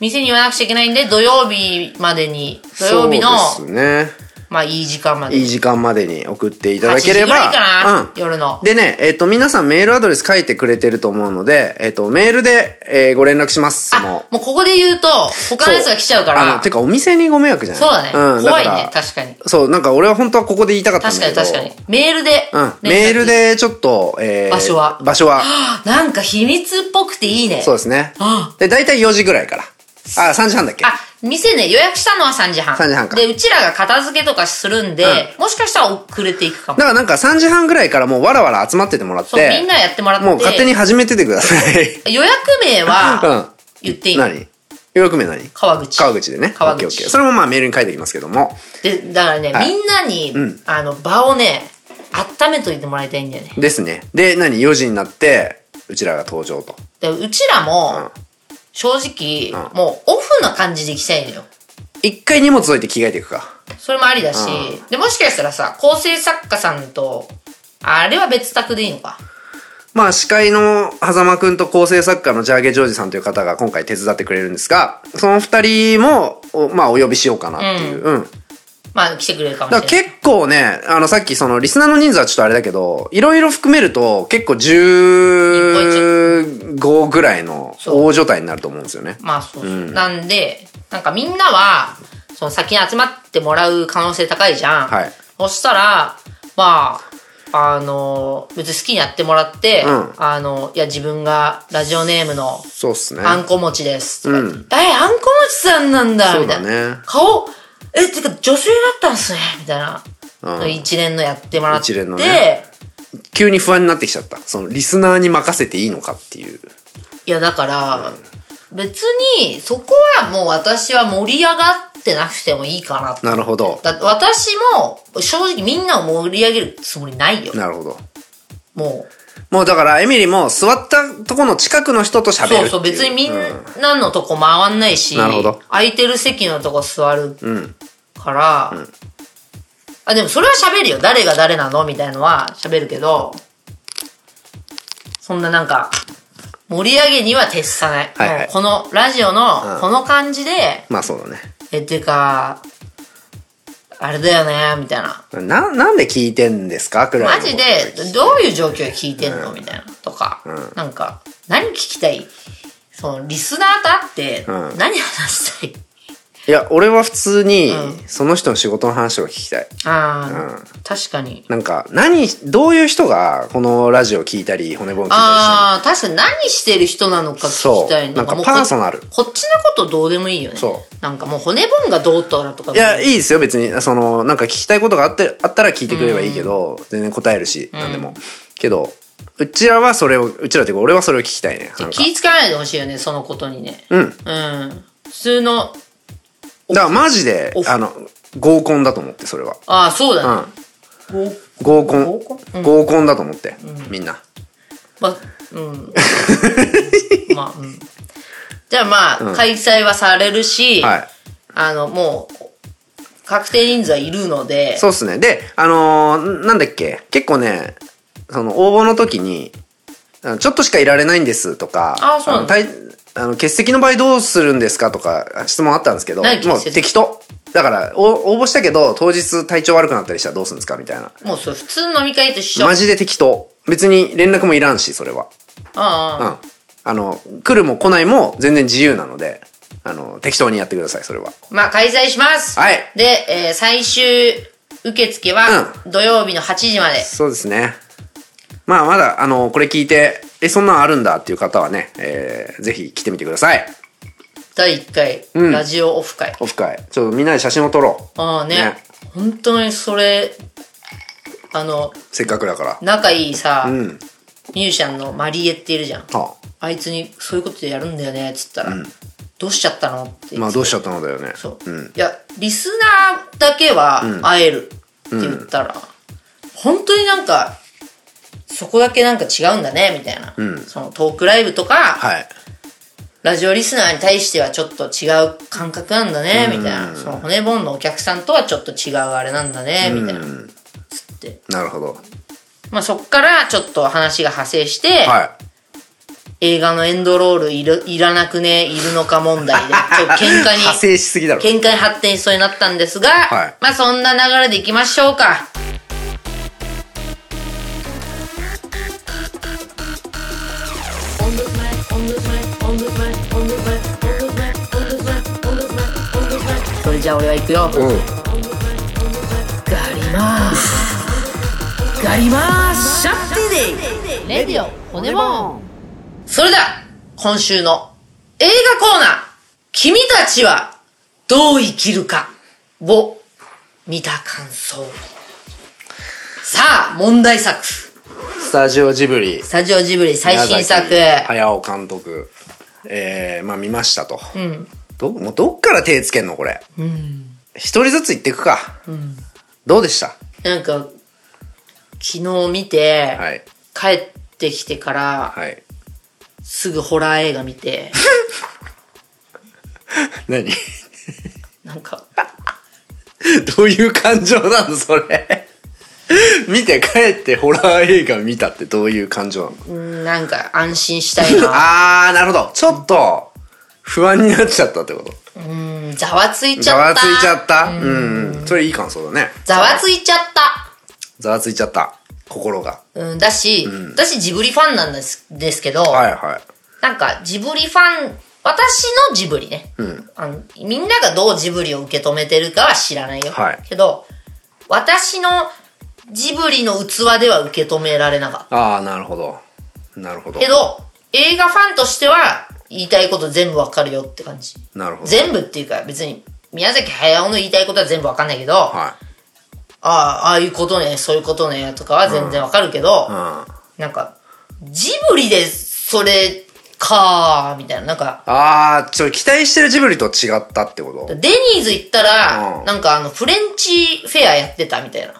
B: 店に言わなくちゃいけないんで、土曜日までに、土曜日の、
C: そうですね。
B: まあいい時間まで。
C: いい時間までに送っていただけれ
B: 8
C: ば。
B: 時ぐらいかな
C: うん。
B: 夜の
C: でね、えっ、と、皆さんメールアドレス書いてくれてると思うので、えっ、と、メールで、えーご連絡します。そ
B: あ
C: の、
B: もうここで言うと、他のやつが来ちゃうか
C: あ
B: ら
C: の、て、かお店にご迷惑じゃない
B: そうだね。
C: ん、
B: 怖い
C: だ
B: ね、
C: から
B: 確かに。
C: そう、なんか俺は本当はここで言いたかったん
B: 確
C: だ
B: か
C: け
B: に
C: ど。
B: 確かに。メールで。
C: うん。メール。でちょっと、えー
B: 場所は
C: 場所は。
B: あなんか秘密っぽくていいね。
C: そうですね
B: あ。
C: で、大体4時ぐらいから。あ、3時半だっけ
B: あ、店ね、予約したのは3時半。
C: 3時半か
B: で、うちらが片付けとかするんで、もしかしたら遅れていくかも
C: だ。からなんか3時半ぐらいからもうわらわら集まっててもらって。
B: そう、みんなやってもらって。
C: もう勝手に。始めててください。
B: 予約名は、
C: う
B: 言っていい、
C: 何予約名何
B: 川口。
C: 川口でね。
B: 川口
C: オッケーオッケーそれもまあメールに書いておきますけども。
B: で、だからね、
C: はい
B: みんなに、
C: うん
B: あの、場をね、温めといてもらいたいんだよね。
C: ですね。で、何 ?4 時になって、うちらが登場と。
B: で、うちらも、正直、
C: うん
B: もうオフな感じで行きたいのよ。
C: 一回荷物置いて着替えていくか。
B: それもありだし、で、もしかしたらさ、構成作家さんと、あれは別宅でいいのか。
C: まあ、司会の狭間くんと構成作家のジャーゲジョージさんという方が今回手伝ってくれるんですが、その二人も、おまあ、お呼びしようかなっていう。うん。
B: まあ、来てくれるかもし
C: だ
B: れ
C: から
B: ない。
C: 結構ね、あの、さっきその、リスナーの人数はちょっとあれだけど、いろいろ含めると、結構15ぐらいの
B: そう
C: 大所帯になると思うんですよね。
B: まあ、そうそう、なんで、なんかみんなは、その先に集まってもらう可能性高いじゃん。
C: はい
B: そしたら、まあ、あの、別に好きにやってもらって、
C: うん
B: あの、いや、自分がラジオネームの
C: そうっすね。
B: あんこ餅です。とか言って
C: う
B: え、あんこ餅さんなんだ
C: そ
B: み
C: う
B: たい
C: だね
B: な。顔、え、てか女性だったんすねみたいな。
C: うん
B: 一連のやってもらって。
C: 一連のね急に不安になってきちゃった。その、リスナーに任せていいのかっていう。
B: いや、だから、別に、そこはもう私は盛り上がってなくてもいいかなって。
C: なるほど。
B: だって私も、正直みんなを盛り上げるつもりないよ。
C: なるほど。
B: もう。
C: もうだから、エミリも座ったとこの近くの人と喋るってい
B: そうそう、別にみんなのとこ回んないし、
C: なるほど
B: 空いてる席のとこ座る
C: うんうん。
B: から、あ、でもそれは喋るよ。誰が誰なのみたいのは喋るけど、そんななんか、盛り上げには徹さない。
C: はいはい
B: もうこのラジオ
C: う
B: の、
C: ん
B: この感じで、
C: まあそうだね。
B: え、てか、あれだよね、みたいな。
C: な、なんで聞いてんですかくら
B: マ
C: いの
B: ジで、どういう状況で聞いてんのみたいな。とか、
C: ん
B: なんか、何聞きたいその、リスナーと会って
C: う、ん
B: 何話したい、
C: いや、俺は普通に
B: う、
C: その人の仕事の話を聞きたい。
B: ああ、確かに。
C: なんか、何、どういう人が、このラジオ聞いたり、骨盆聞いたりした
B: ああ、確かに何してる人なのか聞きたいね
C: そうなんか
B: もう
C: パーソナル
B: こっちのことどうでもいいよね。。
C: そう
B: なんかもう骨盆がどうとかだとか。
C: りいや、いいですよ、別に。その、なんか聞きたいことがあって、あったら聞いてくれればいいけど、全然答えるし、何でも。けど、うちらはそれを、うちらっていうか、俺はそれを聞きたいね。なんか
B: 気ぃつかないでほしいよね、そのことにね。
C: うん。だか
B: うん。普通の、
C: ら、マジで
B: オ、フ
C: あの、合コンだと思って、それは。
B: ああ、そう
C: う
B: だね。
C: ん。
B: こう
C: 合コ
B: 合
C: ン
B: コ。
C: 合コンだと思って、みんな。
B: ま、うん。まあ、うん。じゃあまあ、開催はされるし、
C: はい。
B: あの、もう、確定人数はいるので、
C: そうっすね。で、あのーなんだっけ、結構ね、その応募の時に、あのちょっとしかいられないんですとか、
B: あそうな
C: の
B: んだ
C: たいあの欠席の場合どうするんですかとかあ質問あったんですけど、
B: 何
C: も
B: 欠席
C: う適当。だから、お応募したけど、当日体調悪くなったりしたらどうするんですかみたいな。
B: もうそれ普通の飲み会と一緒。
C: マジで適当。別に連絡もいらんし、それは。
B: うんうん
C: うん。あの、来るも来ないも全然自由なので、あの、適当にやってください、それは。
B: まあ、開催します。
C: はい
B: で、えー最終受付は土曜日の8時まで。
C: そうですね。まあ、まだ、あの、これ聞いて、え、そんなんあるんだっていう方はね、えーぜひ来てみてください。
B: 第1回、
C: ん
B: ラジオオフ会。
C: オフ会。ちょっとみんなで写真を撮ろう。
B: ああね
C: ね
B: 本当にそれ、あの、
C: せっかくだから。
B: 仲いいさ、
C: うん。
B: ミュージシャンのマリエっているじゃん。
C: は
B: あいつにそういうことでやるんだよね、っつったら、どうしちゃったのって。
C: あ、まあ、どうしちゃったのだよね。
B: そう、
C: うん。
B: いやリスナーだけは会えるって言ったら、本当になんかそこだけなんか違うんだねみたいな、そのトークライブとか、
C: はい。
B: ラジオリスナーに対してはちょっと違う感覚なんだねみたいな、その骨盆のお客さんとはちょっと違うあれなんだねみたいな、つって、
C: なるほど。
B: まあ、そっからちょっと話が派生して、
C: は
B: 映画のエンドロールいるいらなくねいるのか問題でちょっと
C: い。
B: 喧嘩に
C: 派生しすぎだろ。
B: 見解発展しそうになったんですが、
C: はい
B: まあそんな流れでいきましょうか。それじゃあ俺は行くよ。
C: うん。
B: ガリマース。ガリマースシャッティデイ
D: レディオ骨もん
B: それでは、今週の映画コーナー、君たちはどう生きるかを見た感想。さあ、問題作。ス
C: スタジオジブリ。
B: タジオジブリ最新作。
C: 宮崎駿監督。えー、まあ見ましたと。ど、もうどっから手つけんのこれ。一人ずつ行っていくか。どうでした
B: なんか、昨日見て、
C: はい。
B: 帰ってきてから、
C: はい。
B: すぐホラー映画見て、
C: 何
B: なんか、
C: どういう感情なのそれ。 見て帰ってホラー映画見たってどういう感情なの
B: うんなんか安心したい な。
C: あー、なるほど。ちょっと、不安になっちゃったってこと。
B: うんざわついち
C: ざ
B: ゃ
C: わ
B: っ
C: つ
B: た。
C: いちゃった。うんうん。それいい感想だね。
B: ざわついちゃった。
C: ざわついちゃった。心が。
B: うん、だし、私ジブリファンなんですですけど、
C: はいはい。
B: なんかジブリファン、私のジブリね、あの。みんながどうジブリを受け止めてるかは知らないよ。
C: はい
B: けど、私のジブリの器では受け止められなかった。
C: ああ、なるほど。なるほど。
B: けど、映画ファンとしては言いたいこと全部わかるよって感じ。
C: なるほど。
B: 全部っていうか別に宮崎駿の言いたいことは全部わかんないけど、あ
C: は
B: あ、ああいうことね、そういうことねとかは全然わかるけど、
C: い。うん。
B: なんか、ジブリで、それ、かー、みたいな。なんか、
C: ああ、ちょっと期待してるジブリと違ったってこと
B: デニーズ行ったら、
C: うん
B: なんかあの、フレンチフェアやってたみたいな。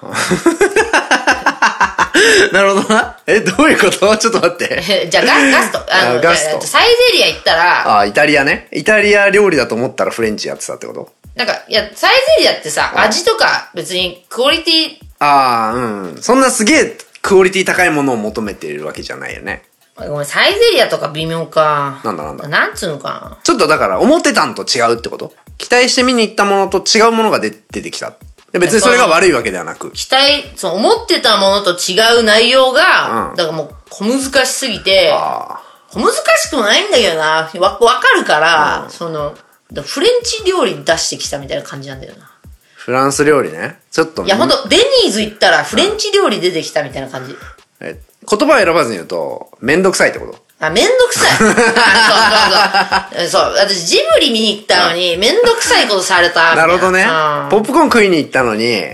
C: なるほどな。え、どういうことちょっと待っ て。
B: じゃあガ ス、ガスト。あの、
C: あガスト
B: じゃあサイゼリア行ったら、
C: ああ、イタリアね。イタリア料理だと思ったらフレンチやってたってこと
B: なんか、いや、サイゼリアってさ、味とか別にクオリティ、
C: ああ、うん。そんなすげえクオリティ高いものを求めているわけじゃないよね。
B: ごめん、サイゼリアとか微妙か。
C: なんだなんだ
B: なんつうのか
C: ちょっとだから、思ってたんと違うってこと期待して見に行ったものと違うものが出出てきた。で別にそれが悪いわけではなく。
B: 期待、その思ってたものと違う内容が、
C: うん
B: だからもう小難しすぎて、
C: あ
B: 小難しくもないんだけどな。わ、わかるから、その、だフレンチ料理出してきたみたいな感じなんだよな。
C: フランス料理ね。ちょっと。
B: いや、ほんと、デニーズ行ったらフレンチ料理出てきたみたいな感じ。
C: え言葉を選ばずに言うと、めんどくさいってこと
B: あ、めんどく さい。あそうそうそう。そう、私ジブリ見に行ったのに、めんどくさいことされたみた
C: ないるほどね。ポ
B: うん
C: ップコーン食いに行ったのに、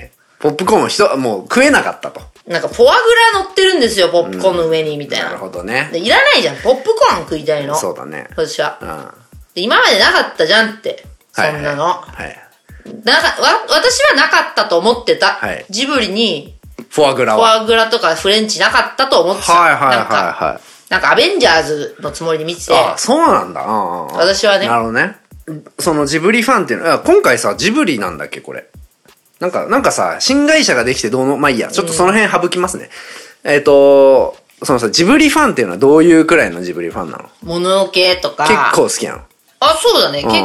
C: ポップコーンをひともう食えなかったと。
B: なんか、フォアグラ乗ってるんですよ、ポップコーンの上に、みたいな。
C: なるほど
B: で
C: ね。
B: いらないじゃん。ポップコーン食いたいの。
C: そうだね。
B: 私は
C: うん。。は
B: で今までなかったじゃんって。そ
C: い
B: んなの。
C: はい。
B: なか、わ、私はなかったと思ってた。
C: はい
B: ジブリに、
C: フォアグラ
B: フォ
C: は。
B: アグラとかフレンチなかったと思ってた。
C: はいはいはい
B: なんか、
C: はい。
B: なんかアベンジャーズのつもりで見てて、
C: あ、そうなんだ。うんうんうん
B: 私はね
C: なるほどね。そのジブリファンっていうのは、今回さ、ジブリなんだっけ、これ。なんか、なんかさ、新会社ができてどうの、まあいいや、ちょっとその辺省きますね。えっ、と、そのさ、ジブリファンっていうのはどういうくらいのジブリファンなの
B: もののけとか。
C: 結構。好きなの。
B: あ、そうだね。
C: ん
B: 結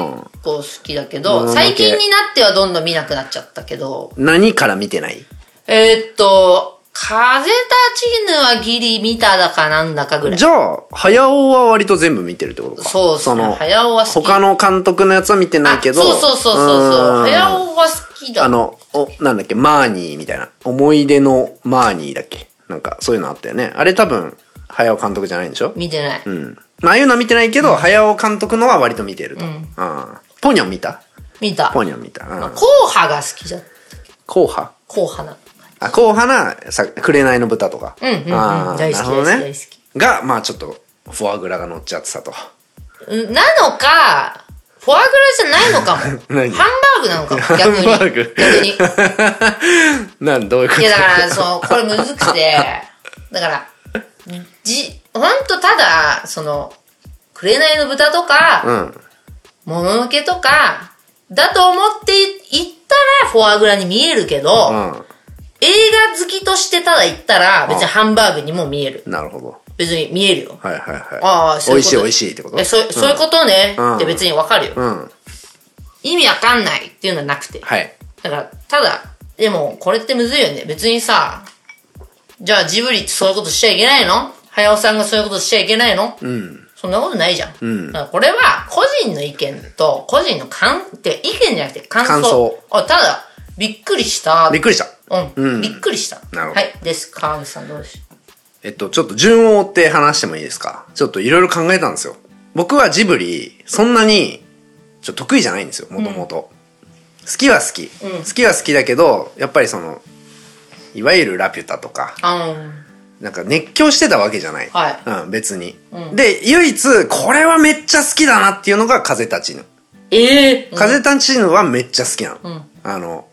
B: 構好きだけ
C: もの
B: ど、
C: のけ
B: 最近になってはどんどん見なくなっちゃったけど、
C: 何から見てない
B: えーっと、風立ちぬはギリ見ただかなんだかぐらい。
C: じゃあ、早尾は割と全部見てるってことか。
B: そうっすね
C: の、
B: 早尾は好き
C: 他の監督のやつは見てないけど。
B: あそうそうそうそうそう。
C: ん
B: 早尾は好きだ。
C: あの、お、なんだっけ、マーニーみたいな。思い出のマーニーだっけ。なんか、そういうのあったよね。あれ多分、早尾監督じゃないんでしょ
B: 見てない。
C: うん。まあ、ああいうのは見てないけど、早尾監督のは割と見てると。うん。ポニョン見た
B: 見た。
C: ポ
B: 硬
C: ニョン見た。うん。
B: 派が好きじゃん。
C: 後派
B: 硬派な。
C: あ、硬派な、さ、紅の豚とか。
B: うんうんうん
C: あー
B: 大好き
C: なるほどね
B: 大好き大好
C: が、まあちょっと、フォアグラが乗っちゃってたと。
B: うんなのか、フォアグラじゃないのかも。 ハン
C: 何
B: バーグなのかも。逆に。
C: ハンバーグ
B: 逆に。
C: なん、どういうこと
B: いや、だから、そう、これむずくて、だから、じ、ほんとただ、その、紅の豚と
C: う
B: か、
C: ん。
B: もののけとか、だと思っていったら、フォアグラに見えるけど、
C: う
B: 映画好きとしてただ行ったら、別にハンバーグにも見える。
C: ん。なるほど。
B: 別に見えるよ。
C: はいはいはい。
B: ああ、そう
C: 美
B: いうこ
C: 味し
B: と
C: い美味しいってこと
B: えそうそういうことね、
C: うん
B: って別にわかるよ、
C: うん。
B: 意味わかんないっていうのはなくて。
C: はい。
B: だから、ただ、でも、これってむずいよね。別にさ、じゃあジブリってそういうことしちゃいけないの早尾さんがそういうことしちゃいけないの
C: うん。
B: そんなことないじゃん。
C: ん
B: だからこれは、個人の意見と、個人の感、って意見じゃなくて感想。
C: 感想
B: あただ、びっくりした。
C: びっくりした。
B: うん、
C: うん
B: びっくりした。
C: なるほ
B: は
C: ど
B: い。です。川口さんどうでしょ
C: えっと、ちょっと順を追って話してもいいですかちょっといろいろ考えたんですよ。僕はジブリ、そんなに、ちょっと得意じゃないんですよ、もともと。好きは好き、
B: うん
C: 好きは好きだけど、やっぱりその、いわゆるラピュタとか、
B: うあの、
C: なんか熱狂してたわけじゃない。
B: はい
C: うん、別に、で、唯一、これはめっちゃ好きだなっていうのが風立ちぬ。
B: ええ
C: 風立ちぬはめっちゃ好きなの。あの、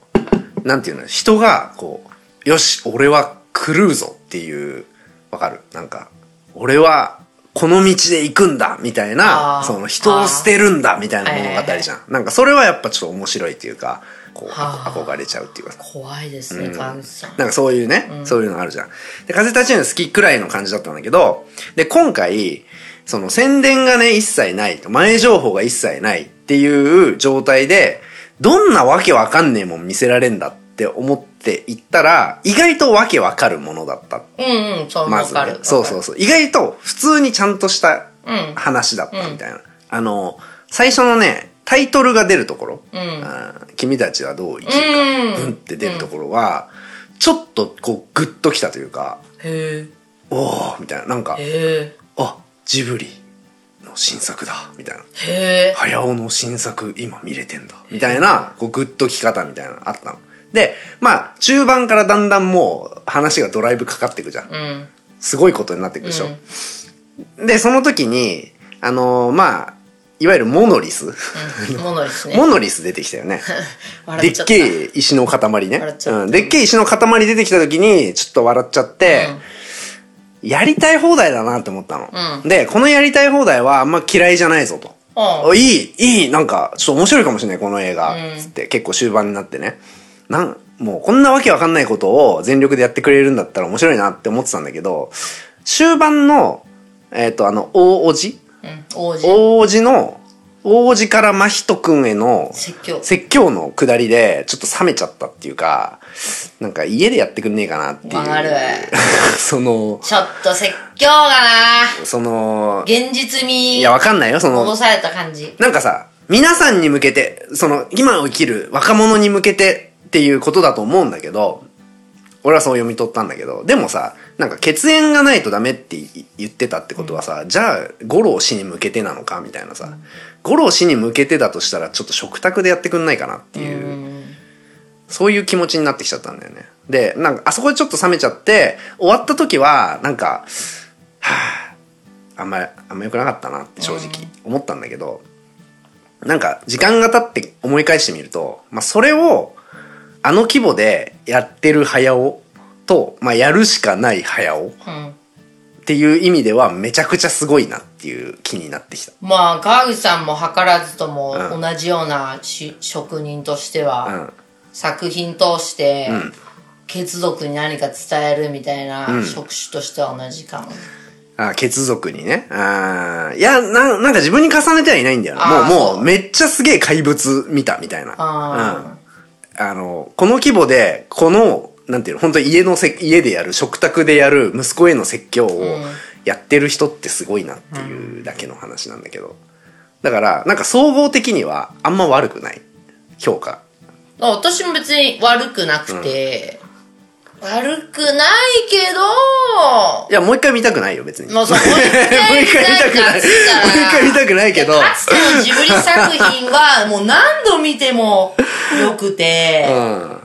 C: なんていうの、人が、こう、よし、俺は狂うぞっていう、わかるなんか、俺は、この道で行くんだみたい
B: あ
C: な、
B: ー
C: その人を捨てるんだみたいな物語じゃん。なんかそれはやっぱちょっと面白いっていうか、こう、
B: はあ
C: 憧れちゃうっていうか。
B: 怖いですね、川口さん。
C: なんかそういうね、そういうのあるじゃん。で、風立ちぬ好きくらいの感じだったんだけど、で、今回、その宣伝がね、一切ない、前情報が一切ないっていう状態で、どんなわけわかんねえもん見せられんだって思っていったら、意外とわけわかるものだった。
B: うんうん、そう、
C: ま
B: わ
C: ず、
B: か
C: ね
B: る。。。
C: そうそううそう。意外と普通にちゃんとした
B: うん
C: 話だったみたいな。あの、最初のね、タイトルが出るところ、あー君たちはどう生きる
B: う
C: か、うんん、って出るところは、ちょっとこうグッときたというか、
B: へ
C: おーみたいな、なんか
B: え、、へ
C: あ、ジブリの新作だ、みたいな。
B: え、へえ。
C: 早尾の新作今見れてんだみたいなこうグッとき方みたいなのあったのでまあ中盤からだんだんもう話がドライブかかっていくじゃん
B: うん、
C: すごいことになっていくでしょ、でその時にあのーまあいわゆるモノリス、
B: ものですね。
C: モノリス出てきたよねで
B: 笑
C: っ
B: っちゃった
C: けえ石の塊ね
B: 笑っちゃった
C: うん、でっけえ石の塊出てきた時にちょっと笑っちゃって、やりたい放題だなって思ったの、でこのやりたい放題はあんま嫌いじゃないぞと
B: う
C: あいい、いい、なんか、ちょっと面白いかもしれない、この映画。つって、結構終盤になってね。なん、もう、こんなわけわかんないことを全力でやってくれるんだったら面白いなって思ってたんだけど、終盤の、えっ、と、あの、大おじ
B: うん、王子。
C: 大おじの、大おじから真人くんへの、
B: 説教。
C: 説教の下りで、ちょっと冷めちゃったっていうか、なんか家でやってくんねえかなっていう。
B: わかる
C: その、
B: ちょっと説教がな
C: その、
B: 現実
C: い
B: 味
C: や、わかんないよ、その
B: 戻、された感じ。
C: なんかさ、皆さんに向けて、その、今を生きる若者に向けてっていうことだと思うんだけど、俺はそう読み取ったんだけど、でもさ、なんか血縁がないとダメってい言ってたってことはさ、じゃあ、五郎氏に向けてなのかみたいなさ、五郎氏に向けてだとしたら、ちょっと食卓でやってくんないかなっていう、そういう気持ちになってきちゃったんだよね。で、なんか、あそこでちょっと冷めちゃって、終わった時は、なんか、はぁ、あんまり、あんま良くなかったなって正直思ったんだけど、なんか時間が経って思い返してみると、まあ、それをあの規模でやってる早尾と、まあ、やるしかない早尾っ
B: うん。
C: ていう意味ではめちゃくちゃすごいなっていう気になってきた。
B: まあ、川口さんも図らずとも
C: うん
B: 同じようなし、職人として
C: う
B: は、
C: ん、
B: 作品通して、
C: ん
B: 血族に何か伝えるみたいな職種としては同じかも。
C: あ血族にね。あーいやな、なんか自分に重ねてはいないんだよな。
B: あー
C: もう、
B: そ
C: も
B: う
C: う、めっちゃすげえ怪物見たみたいな。
B: あ
C: うんあの、この規模で、このなんていうの本当に家のせ家でやる食卓でやる息子への説教をやってる人ってすごいなっていうだけの話なんだけどだからなんか総合的にはあんま悪くない評価
B: あ私も別に悪くなくて、悪くないけど、
C: いやもう一回見たくないよ別に
B: もうそう、もう一
C: もう
B: 回見
C: 一回見
B: た
C: た
B: く
C: く
B: な
C: な
B: っ
C: い。
B: つ
C: もう一回見
B: った
C: くないけど。
B: ら、かつてのジブリ作品はもう何度見ても良くて、
C: うん。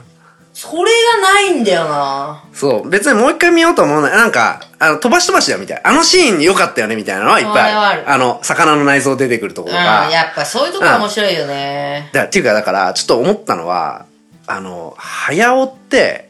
B: それがないんだよな。
C: そう。別にもう一回見ようとは思わない。なんか、あの、飛ばし飛ばしだよみたい。あのシーン良かったよねみたいなのはいっぱい
B: ああるある
C: あの、魚の内臓出てくるとこ
B: う
C: ろ
B: ん、
C: が。
B: やっぱそういうとこ面白いよね。
C: だっていうか、だから、ちょっと思ったのは、あの、早尾って、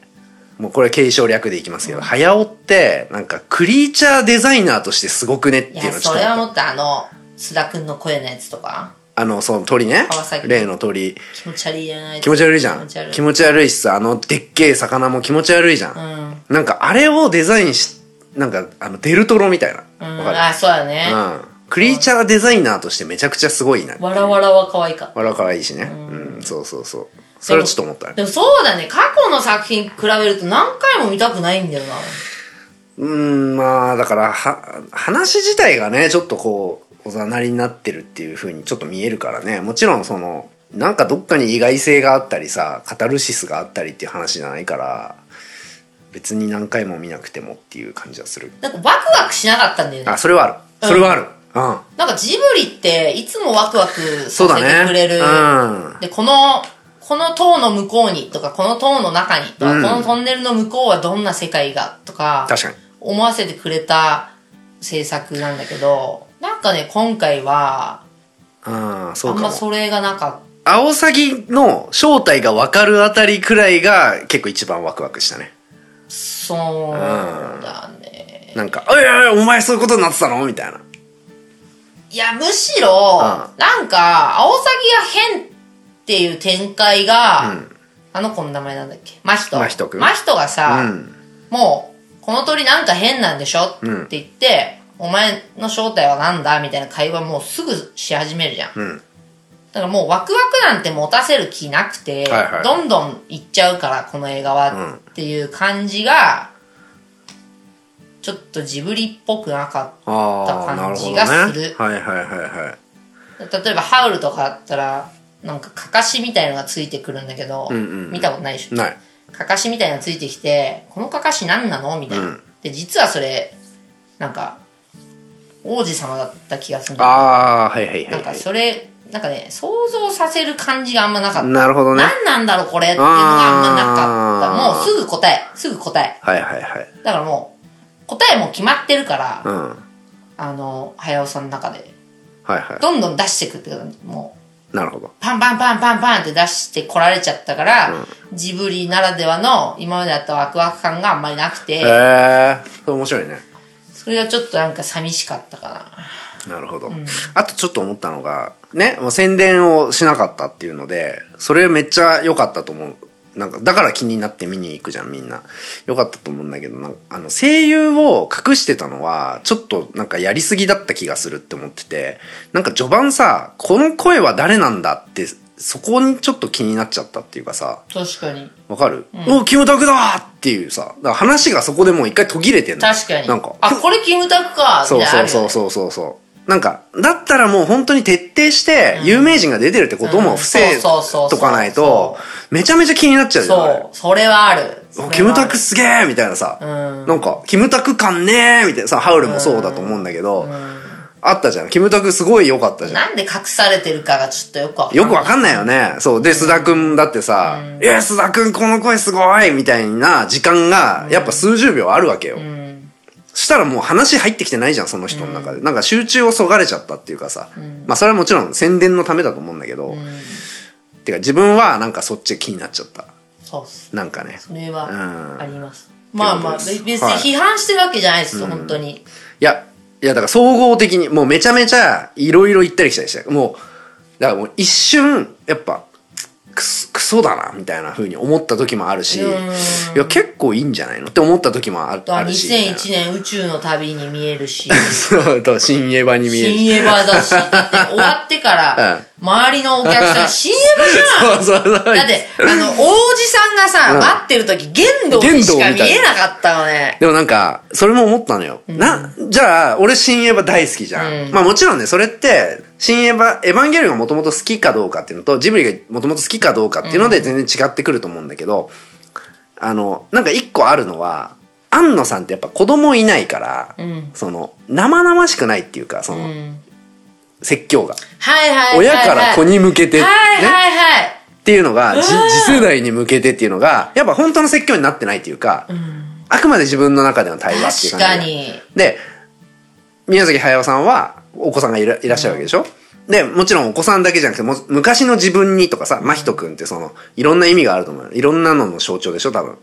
C: もうこれ継承略でいきますけど、早尾って、なんか、クリーチャーデザイナーとしてすごくねって
B: い
C: いう
B: や、
C: のをちょ
B: そ
C: っと
B: れは
C: 思
B: も
C: った。
B: っとあの、須田くんの声のやつとか、
C: あの、その鳥ね
B: 川崎。
C: 例の鳥。
B: 気持ち悪いじゃない
C: 気持ち悪いじゃ
B: 気
C: ん。
B: 持ち悪い。
C: 気持ち悪いしさ、あの、でっけえ魚も気持ち悪いじゃん。
B: うん。
C: なんかあれをデザインし、なんかあのデルトロみたいな。
B: うん、
C: わか
B: あ、そうだね。
C: るうん。クリーチャーデザイナーとしてめちゃくちゃすごいな。
B: わらわらは可愛かった。
C: わらかわいいしね。うん、そうそうそう。それはちょっと思ったね。
B: でもそうだね、過去の作品比べると何回も見たくないんだよな。
C: うーん、まあ、だから、は、話自体がね、ちょっとこう、おざなりになってるっていう風にちょっと見えるからね。もちろんその、なんかどっかに意外性があったりさ、カタルシスがあったりっていう話じゃないから、別に何回も見なくてもっていう感じはする。
B: なんかワクワクしなかったんだよね
C: あ、。それはある。それはある。うん。
B: なんかジブリっていつもワクワク
C: そ
B: さ
C: うだ
B: せて
C: ね。
B: くれる。
C: うん。
B: で、この、この塔の向こうにとか、この塔の中にとか、
C: うん
B: このトンネルの向こうはどんな世界がとか、
C: 確かに。
B: 思わせてくれた制作なんだけど、なんかね、今回は、
C: ああ、
B: あ
C: そうんか
B: ま
C: も。
B: それがなかっ
C: アオサギの正体がわかるあたりくらいが結構一番ワクワクしたね。
B: た。そうだね。
C: なんか、おいおいおいお前そういうことになってたのみたいな。
B: いや、むしろ、
C: う
B: なんか、アオサギが変っていう展開が、あの子の名前なんだっけマヒト。
C: マヒト君
B: マヒトがさ、
C: うん
B: もう、この鳥なんか変なんでしょって言って、お前の正体はなんだみたいな会話もうすぐし始めるじゃん。
C: ん
B: だからもうワクワクなんて持たせる気なくて、
C: はいはい
B: どんどんいっちゃうから、この映画は、っていう感じが、ちょっとジブリっぽくなかった。
C: ああ、なるほど
B: 感じ
C: ね。
B: がする
C: はいはいはいはい。
B: 例えばハウルとかあったらなんかかかしみたいのがついてくるんだけど、見たことないでしょ
C: ない。
B: かかしみたいのがついてきてこのかかし何なのみたいな、で実はそれなんか王子様だった気がするんだ
C: ああ、はいはい
B: けどな
C: は
B: いんか
C: は
B: それなんかね想像させる感じがあんまなかった、
C: い。なるほどね。
B: 何なんだろうこれっていうのがあんまなかった
C: あー
B: もうすぐ答えすぐ答え
C: はいはいはい。
B: だからもう答えも決まってるから、
C: うん。はい
B: あの早尾さんの中で
C: は
B: どんどん出してくって感じもう
C: い。なるほど。
B: パンパンパンパンパンって出してこられちゃったから、ジブリならではの今まであったワクワク感があんまりなく
C: へ
B: て、
C: え、それ面白いね。
B: それがちょっとなんか寂しかったかな。
C: なるほど、あとちょっと思ったのがねもう宣伝をしなかったっていうのでそれめっちゃ良かったと思うなんかだから気になって見に行くじゃんみんな良かったと思うんだけどなんかあの声優を隠してたのはちょっとなんかやりすぎだった気がするって思っててなんか序盤さこの声は誰なんだってそこにちょっと気になっちゃったっていうかさ
B: 確かに。
C: わかる、おおキムタクだーっていうさだから話がそこでもう一回途切れてんの
B: 確かに。
C: なんか
B: あ、これキムタクか。
C: そうそう
B: みたいなのあるよ
C: そう
B: ね
C: そうそうそう。なんか、だったらもう本当に徹底して、有名人が出てるってことも伏
B: う
C: せ
B: んそうそうそうそ
C: と
B: う
C: かないと、めちゃめちゃ気になっちゃうじゃんあれ。
B: そう。それはある。それはあ
C: お
B: る
C: キムタクすげえみたいなさ、
B: ん
C: なんか、キムタク感ねーみたいなさ、ハウルもそうだと思うんだけど、あったじゃん。キムタクすごい良かったじゃん。
B: なんで隠されてるかがちょっとよくわかんない。
C: よくわかんないよね。そう。で、須田くんだってさ、えー、須田くんこの声すごいみたいな時間が、やっぱ数十秒あるわけよ。したらもう話入ってきてないじゃん、その人の中で。なんか集中をそがれちゃったっていうかさ。まあそれはもちろん宣伝のためだと思うんだけど、てか自分はなんかそっち気になっちゃった。
B: そうっす。
C: なんかね。
B: それはあります。
C: ん
B: まあまあ、
C: って
B: 別
C: こと
B: に
C: です
B: 批判してるわけじゃないですよ、本当に。
C: いや、いやだから総合的に、もうめちゃめちゃいろいろ行ったり来たりして、もう、だからもう一瞬、やっぱ、くそ、クソだな、みたいな風に思った時もあるし、いや、結構いいんじゃないのって思った時もあ
B: あとは
C: あるし。みたいな
B: 2001年宇宙の旅 に見えるし。
C: そう、と、新エヴァに見える。
B: 新エヴァだし、だって終わってから、周りのお 客さん CM じゃん
C: そうそうそう。
B: だって、あの、王子さんがさ、
C: うん
B: 待ってる時、剣道にしか見えなかったのね。
C: でもなんか、それも思ったのよ。な、じゃあ、俺新エヴァ大好きじゃん。
B: うん
C: まあもちろんね、それって、新エヴァ、エヴァンゲリオンがもともと好きかどうかっていうのと、ジブリがもともと好きかどうかっていうので全然違ってくると思うんだけど、あの、なんか一個あるのは、安野さんってやっぱ子供いないから、
B: ん
C: その、生々しくないっていうか、その、
B: うん
C: 説教が。
B: はいはいはいはい。
C: 親から子に向けて、ね。
B: はいはいはい。
C: っていうのが、じ次世代に向けてっていうのが、やっぱ本当の説教になってないっていうか、あくまで自分の中での対話っていう
B: 確
C: 感じ
B: か
C: で。
B: に。
C: で、宮崎駿さんは、お子さんがいらいらっしゃるわけでしょ、で、もちろんお子さんだけじゃなくて、も昔の自分にとかさ、真人くんってその、いろんな意味があると思うよ。いろんなのの象徴でしょ多分。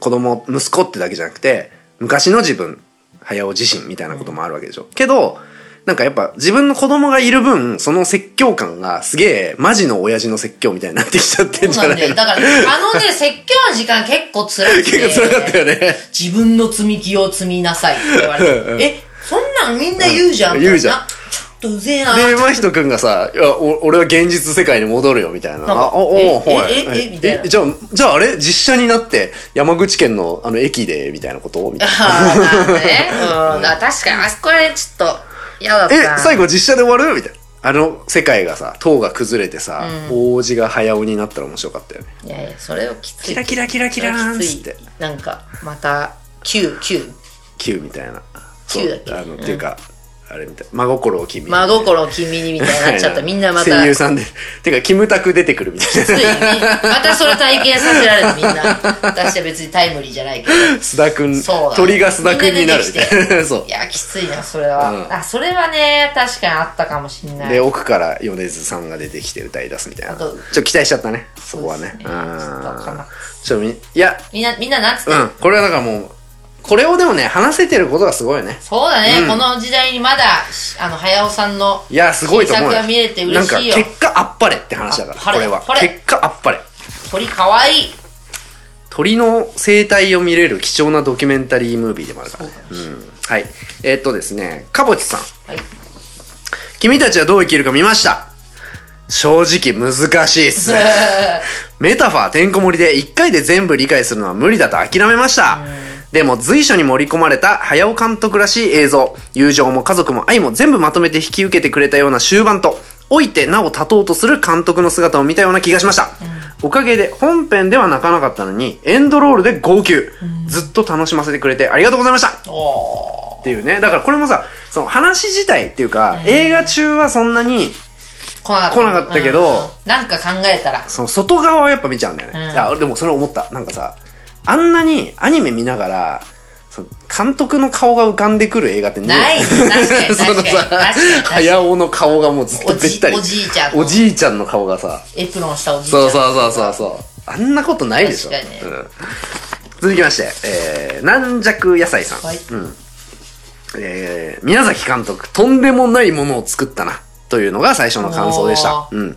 C: 子供、息子ってだけじゃなくて、昔の自分、駿自身みたいなこともあるわけでしょけど、なんかやっぱ自分の子供がいる分、その説教感がすげえ、マジの親父の説教みたいになってきちゃってんじ
B: そうな
C: ゃなん
B: だ
C: い
B: よ。
C: の
B: だから、あの ね、説教の時間結構辛くて。
C: 結構辛かったよね。
B: 自分の積み木を積みなさいって言われ
C: うんうん
B: て。え、そんなんみんな言うじゃん。
C: うん言うじゃん
B: なちょっとうぜえな。
C: で、真人くんがさ、いや、お俺は現実世界に戻るよ、みたいな。
B: んか
C: あ、お、
B: え
C: お、はい。
B: えええみたいな
C: じゃあ、じゃああれ実写になって、山口県の、あの、駅で、みたいなことみたいな。
B: あーまあね。うん。だから確かに、あそこはね、ちょっと、嫌だったな。
C: え、最後実写で終わるみたいな。あの世界がさ、塔が崩れてさ、王子が早尾になったら面白かったよね。
B: いやいや、それをきつい。
C: キラキラキラキラーンっつっ
B: きつ
C: て
B: い。なんか、また、9、9。
C: Q みたいな。
B: Q だっけ
C: そうあの、っていうか、あれみたいな。真心を君に。
B: 真心を君にみたいになっちゃった。みんなまた、
C: 声優
B: つい
C: さんで。てか、キムタク出てくるみたい
B: に、またそれ体験させられるみんな。私は別にタイムリーじゃないけど。
C: な。須田くん、
B: そうだね
C: 鳥が須田くんになるみたいな。 そう
B: い。や、きついな、それは。
C: うん
B: あ、それはね、確かにあったかもしんない。
C: で奥から米津さんが出てきて歌い出すみたいな
B: あ
C: ちょ
B: と
C: っと期待しちゃったねそこはね
B: そうですね
C: う
B: ちょっとわかんなんか
C: ちょっとみいや
B: みんな、みんななんつって、
C: うんこれはだからもうこれをでもね話せてることがすごいよね
B: そうだね、
C: うん
B: この時代にまだ、しあの、早尾さんの、
C: いやすごいと思う
B: 新
C: よ
B: 作が見れて
C: なん
B: 嬉
C: か
B: しいよ。
C: 結果あっぱれって話だから
B: あっぱれ
C: これは
B: あっぱれ
C: 結果あっぱれ
B: 鳥かわいい。
C: 鳥の生態を見れる貴重なドキュメンタリームービーでもあるからねうんはいえーっとですねかぼちさん
B: はい。
C: 君たちはどう生きるか見ました正直難しいっすねメタファーてんこ盛りで1回で全部理解するのは無理だと諦めましたでも随所に盛り込まれた早尾監督らしい映像友情も家族も愛も全部まとめて引き受けてくれたような終盤と老いてなお立とうとする監督の姿を見たような気がしました、おかげで本編では泣かなかったのにエンドロールで号泣、ずっと楽しませてくれてありがとうございました
B: おー。
C: っていうねだからこれもさその話自体っていうか、映画中はそんなに
B: 来なかった。
C: 来なかったけど
B: うんなんか考えたら。
C: その外側はやっぱ見ちゃうんだよね、
B: うん
C: いやでもそれ思ったなんかさあんなにアニメ見ながらその監督の顔が浮かんでくる映 画ってね
B: ない確かに 確か
C: そ
B: に
C: の
B: 確か
C: さ
B: に確かに
C: 早尾の顔がもうずっとべったり
B: おじおじいちゃんの
C: おじいちゃんの顔がさ
B: エプロンしたおじいちゃん。
C: そうそうそうそうそうあんなことないでしょ、
B: 確かにね
C: うん続きまして、えー、軟弱野菜さん、
B: はい
C: うんえー、宮崎監督とんでもないものを作ったなというのが最初の感想でした
B: お、
C: うん、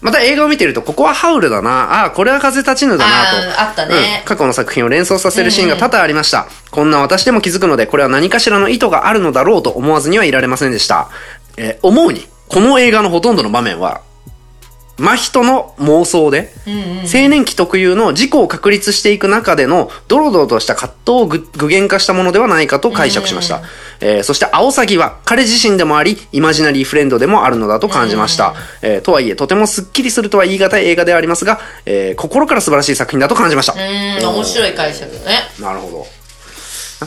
C: また映画を見てるとここはハウルだなああーこれは風立ちぬだなと
B: あーあったね
C: うん過去の作品を連想させるシーンが多々ありました、こんな私でも気づくのでこれは何かしらの意図があるのだろうと思わずにはいられませんでした、えー思うにこの映画のほとんどの場面は真人の妄想で、青年期特有の自己を確立していく中でのドロドロとした葛藤を具具現化したものではないかと解釈しました、えーそしてアオサギは彼自身でもありイマジナリーフレンドでもあるのだと感じました、えーとはいえとてもすっきりするとは言い難い映画ではありますが、えー心から素晴らしい作品だと感じました、
B: うーん、面白い解釈ね。
C: なるほど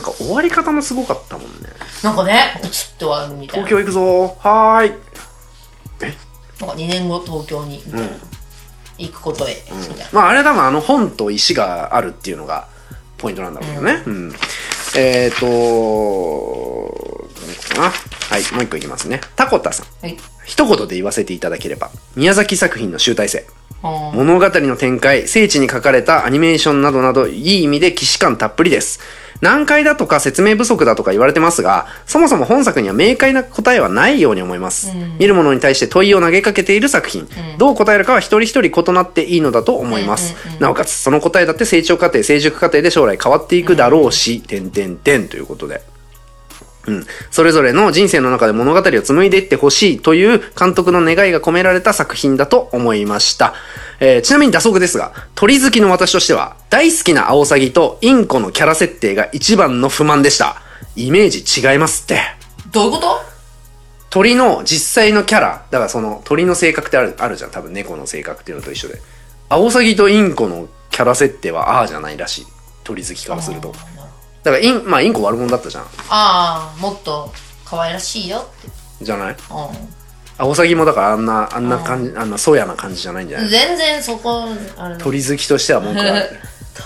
C: なんか終わり方もすごかったもんね
B: なんかね、プチッと終わるみたいな。
C: 東京行くぞーはーい
B: なんか2年後東京に、みたいな行くことへ、みたいな。
C: まああれ多分あの本と石があるっていうのがポイントなんだろうけどね。うんえっ、ー、と何かなはい、もう一個いきますね。タコタさん。
B: はい。
C: 一言で言わせていただければ、宮崎作品の集大成。
B: うん
C: 物語の展開、聖地に書かれたアニメーションなどなど、いい意味で既視感たっぷりです。難解だとか説明不足だとか言われてますが、そもそも本作には明快な答えはないように思います。見る者に対して問いを投げかけている作品、どう答えるかは一人一人異なっていいのだと思います。なおかつ、その答えだって成長過程、成熟過程で将来変わっていくだろうし、点点点ということで。うん、それぞれの人生の中で物語を紡いでいってほしいという監督の願いが込められた作品だと思いました。えーちなみに打足ですが、鳥好きの私としては、大好きなアオサギとインコのキャラ設定が一番の不満でした。イメージ違いますって。
B: どういうこと
C: 鳥の実際のキャラ、だからその鳥の性格ってあるあるじゃん、多分猫の性格っていうのと一緒で。アオサギとインコのキャラ設定はああじゃないらしい。鳥好きからすると。だからイン、まあインコ悪者だったじゃん。
B: ああもっと可愛らしいよって
C: じゃない
B: うん
C: アオサギもだからあんな、あんな感じ、あんなそやな感じじゃないんじゃない、
B: 全然そこあ れ
C: 鳥好きとしては文句はある。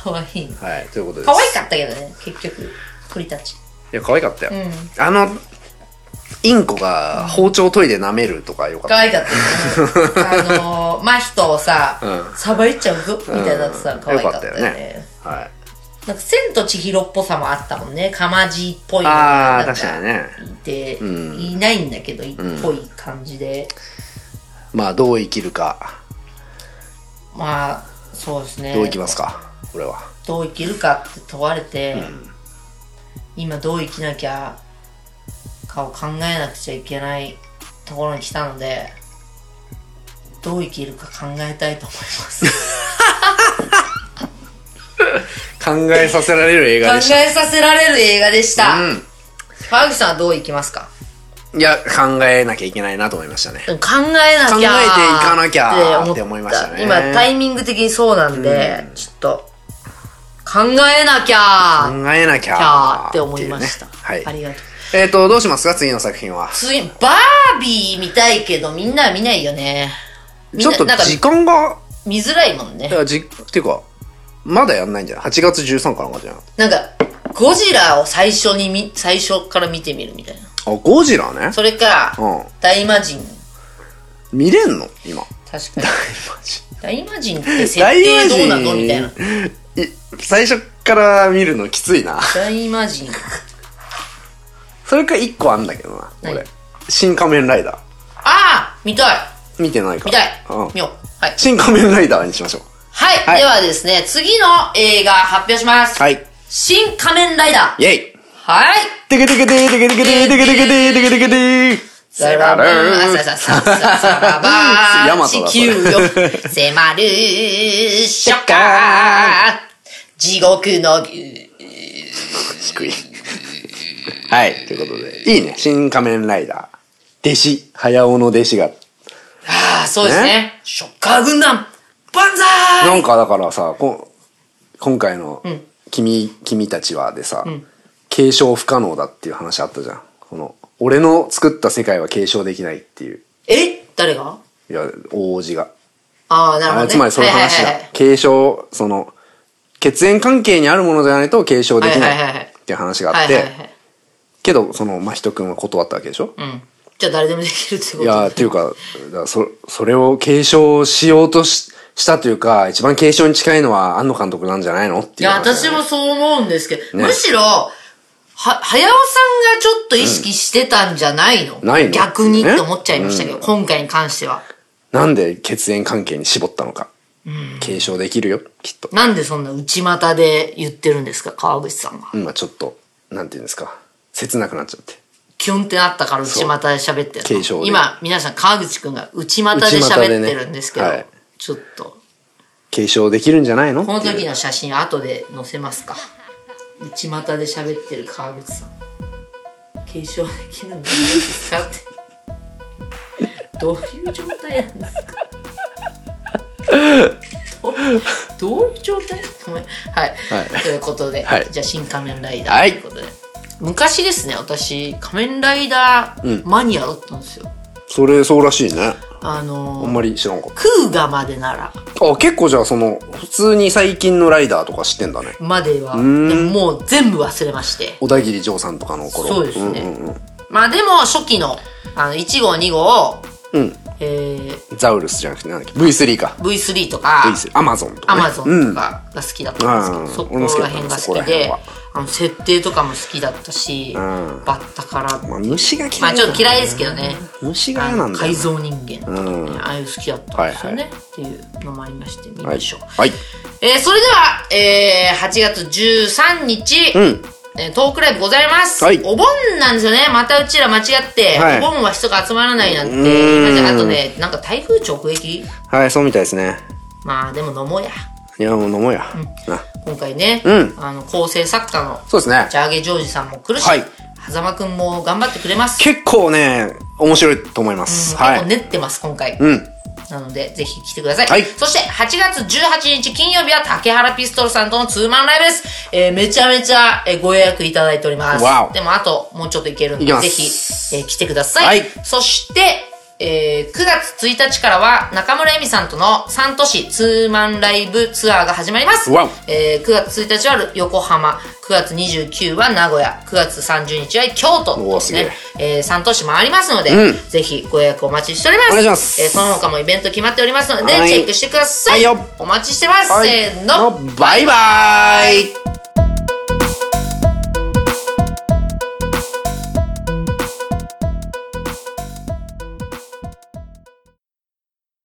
B: 可愛い
C: はい、ということです。
B: 可愛かったけどね結局鳥たち
C: いや、可愛かったよ。
B: うん
C: あの、インコが包丁研いで舐めるとかよか
B: 可
C: っ
B: 愛かったよねあのー、真人をさ、
C: うん
B: さばいちゃうぞみたいになって
C: う
B: さ
C: ん
B: 可愛かったよね
C: よかったよた。はい。
B: なんか千と千尋っぽさもあったもんねかまじっぽいの
C: あ
B: が
C: あ、
B: なん
C: 確かにね。
B: いて、
C: ん
B: いないんだけどいっぽい感じで、
C: まあ、どう生きるか、
B: まあそうですね
C: どう生きますか、これは。
B: どう生きるかって問われて、今どう生きなきゃかを考えなくちゃいけないところに来たのでどう生きるか考えたいと思います
C: 考えさせられる映
B: 考
C: 画でし
B: えさせられる映画でした、
C: た。う
B: 川口さんはどう生きますか
C: ん。いや、考えなきゃいけないなと思いましたね。
B: 考えなきゃ
C: 考えていかなきゃって思いましたね
B: 今タイミング的にそうなんで、ちょっと考えなきゃ
C: 考えなき
B: き
C: ゃ
B: ゃって思いました、
C: ってうねはい。
B: ありがとう
C: えっ、と、どうしますか次の作品は。
B: 次、バービー見たいけど、みんなは見ないよね。み
C: ち
B: ん
C: ょ
B: な
C: っと
B: なんか
C: 時間が、
B: 見づらいもんね
C: い。やじっていうか、まだやんないんじゃない ?8 月13からなんかじゃん。あ、
B: なんか、ゴジラを最初に見、最初から見てみるみたいな。
C: ゴジラね。
B: それか、
C: うん
B: 大魔神。
C: 見れんの今。
B: 確かに。大魔神って設定どうなのみたいな。
C: い最初から見るのきついな。
B: 大魔神。
C: それか1個あんだけどな、
B: 何
C: 俺。新仮面ライダ
B: ああ見たい
C: ー。見てないか。
B: 見たい、
C: うん
B: 見。よう。はい。
C: 新仮面ライダーにしましょう。
B: はい、
C: はい
B: ではですね、次の映画発表します。
C: はい。
B: 新仮面ライダー。
C: イェイ
B: はい。
C: てけてけてーてけてけてーてけてけてーてけてけてー
B: さらば
C: 迫る
B: ー、さささささら
C: ヤ
B: ば
C: マ
B: ー、
C: ト
B: 地
C: だ
B: 球よ、迫る、ショカー、地獄の、
C: 低い。はい、ということで。いいね。新仮面ライダー。弟子、早尾の弟子が。
B: ああ、そうですね。ショッカー軍団、万歳
C: なんかだからさ、こ今回の君、君たちはでさ、継承不可能だっていう話あったじゃん。この、俺の作った世界は継承できないっていう。
B: え誰が
C: いや、王子が。
B: ああ、なるほど、
C: あ
B: ね。
C: つまりそういう話
B: はいはい
C: だ。継承、その、血縁関係にあるものじゃないと継承できな
B: はいはいはい
C: い
B: はい
C: っていう話が
B: は
C: あっ
B: い。はいはい
C: て
B: は、い。
C: けど、その、まひとくんは断ったわけでしょ
B: うん。じゃあ誰でもできるってこと
C: いやーっていうか、だからそ、それを継承しようとししたというか、一番継承に近いのは安野監督なんじゃないのって
B: い
C: いう
B: や、
C: 話だよね、
B: 私もそう思うんですけど、
C: ね
B: むしろ、は、はやおさんがちょっと意識してたんじゃないの、
C: ないの
B: 逆にっ
C: ね
B: て思っちゃいましたけど、今回に関しては。
C: なんで血縁関係に絞ったのか。継承できるよ、きっと。
B: なんでそんな内股で言ってるんですか、川口さんは。
C: 今ちょっと、なんていうんですか。切なくなっちゃって。
B: キュンってなったから内股で喋って
C: そう
B: る
C: 継承
B: の。
C: で
B: 今、皆さん川口くんが内股で
C: 内股で
B: 喋っ
C: ね
B: てるんですけど、
C: はい
B: ちょっと、
C: 継承できるんじゃないの
B: この
C: って
B: 時
C: いう
B: の写真後で載せますか。内股で喋ってる川口さん。継承できるんですかって。どういう状態なんですかどうどういう状態ごめんはい、
C: はい
B: ということで、
C: はい
B: じゃあ「新仮面ライダ
C: は
B: ー」
C: い
B: ということで、昔ですね私仮面ライダーマニアだったんですよ、
C: それ、そうらしいね。
B: あ
C: あ
B: の
C: ん
B: ー
C: まり知らんかっ
B: クーガまでなら
C: た。あ、結構じゃあその、普通に最近のライダーとか知ってんだね。
B: まではで
C: ん
B: ももう全部忘れまして
C: 小田切丈さんとかの頃。
B: そうですね
C: んうんうん
B: まあでも初期のあの1号2号、
C: うん
B: え
C: ザウルスじゃなくて、なんだっけ ?V3 か。
B: ー、V3 とか
C: V3。アマゾンとか、
B: ア
C: ね。
B: マゾンとかが好きだったんですけど、
C: うんうん
B: そこら辺が
C: 俺も好きだ
B: 好きで
C: ったなそこら辺は
B: あの設定とかも好きだったし、
C: ん
B: バッタから
C: うん。まあ、虫が嫌い
B: まあ
C: だな。
B: ちょっと嫌いですけどね
C: 虫が嫌なんだよ
B: 改
C: な。
B: 造人間とかね、ああいう好きだったんですよね、
C: は
B: っていうのもありまして見
C: はい
B: ましょう、。
C: はい。
B: えーそれでは、えー8月13日、
C: うん。
B: えートークライブございます、
C: はい
B: お盆なんですよねまたうちら間違って、
C: はい
B: お盆は人が集まらないなんて
C: うーん
B: 言いましたあとねなんか台風直撃
C: はい、そうみたいですね。
B: まあでも飲もうや
C: いや、もう飲もうや。な
B: 今回ね、
C: うん
B: あの構成作家の
C: そうですね
B: ジ。ャーゲジョージさんも来るし、
C: はい
B: 狭間くんも頑張ってくれます
C: 結構ね、面白いと思います。は
B: 結構
C: い。
B: 練ってます、今回。
C: うん。
B: なので、ぜひ来てください。
C: はい
B: そして、8月18日金曜日は竹原ピストルさんとのツーマンライブです。えーめちゃめちゃ、えーご予約いただいております。
C: わお
B: でも、あと、もうちょっといけるんで、
C: いけま
B: ぜ
C: す
B: ひ、えー来てください。
C: はい
B: そして、えー9月1日からは中村恵美さんとの3都市ツーマンライブツアーが始まります
C: わお。
B: えー9月1日は横浜、9月29は名古屋、9月30日は京都
C: おーすげえ
B: ねえー、3都市回りますので、
C: うん
B: ぜひご予約お待ちしております。
C: お願いします
B: えーその他もイベント決まっておりますので、
C: はい
B: チェックしてください。
C: はいよ
B: お待ちしてます。
C: はい
B: せーの。
C: バイバーイ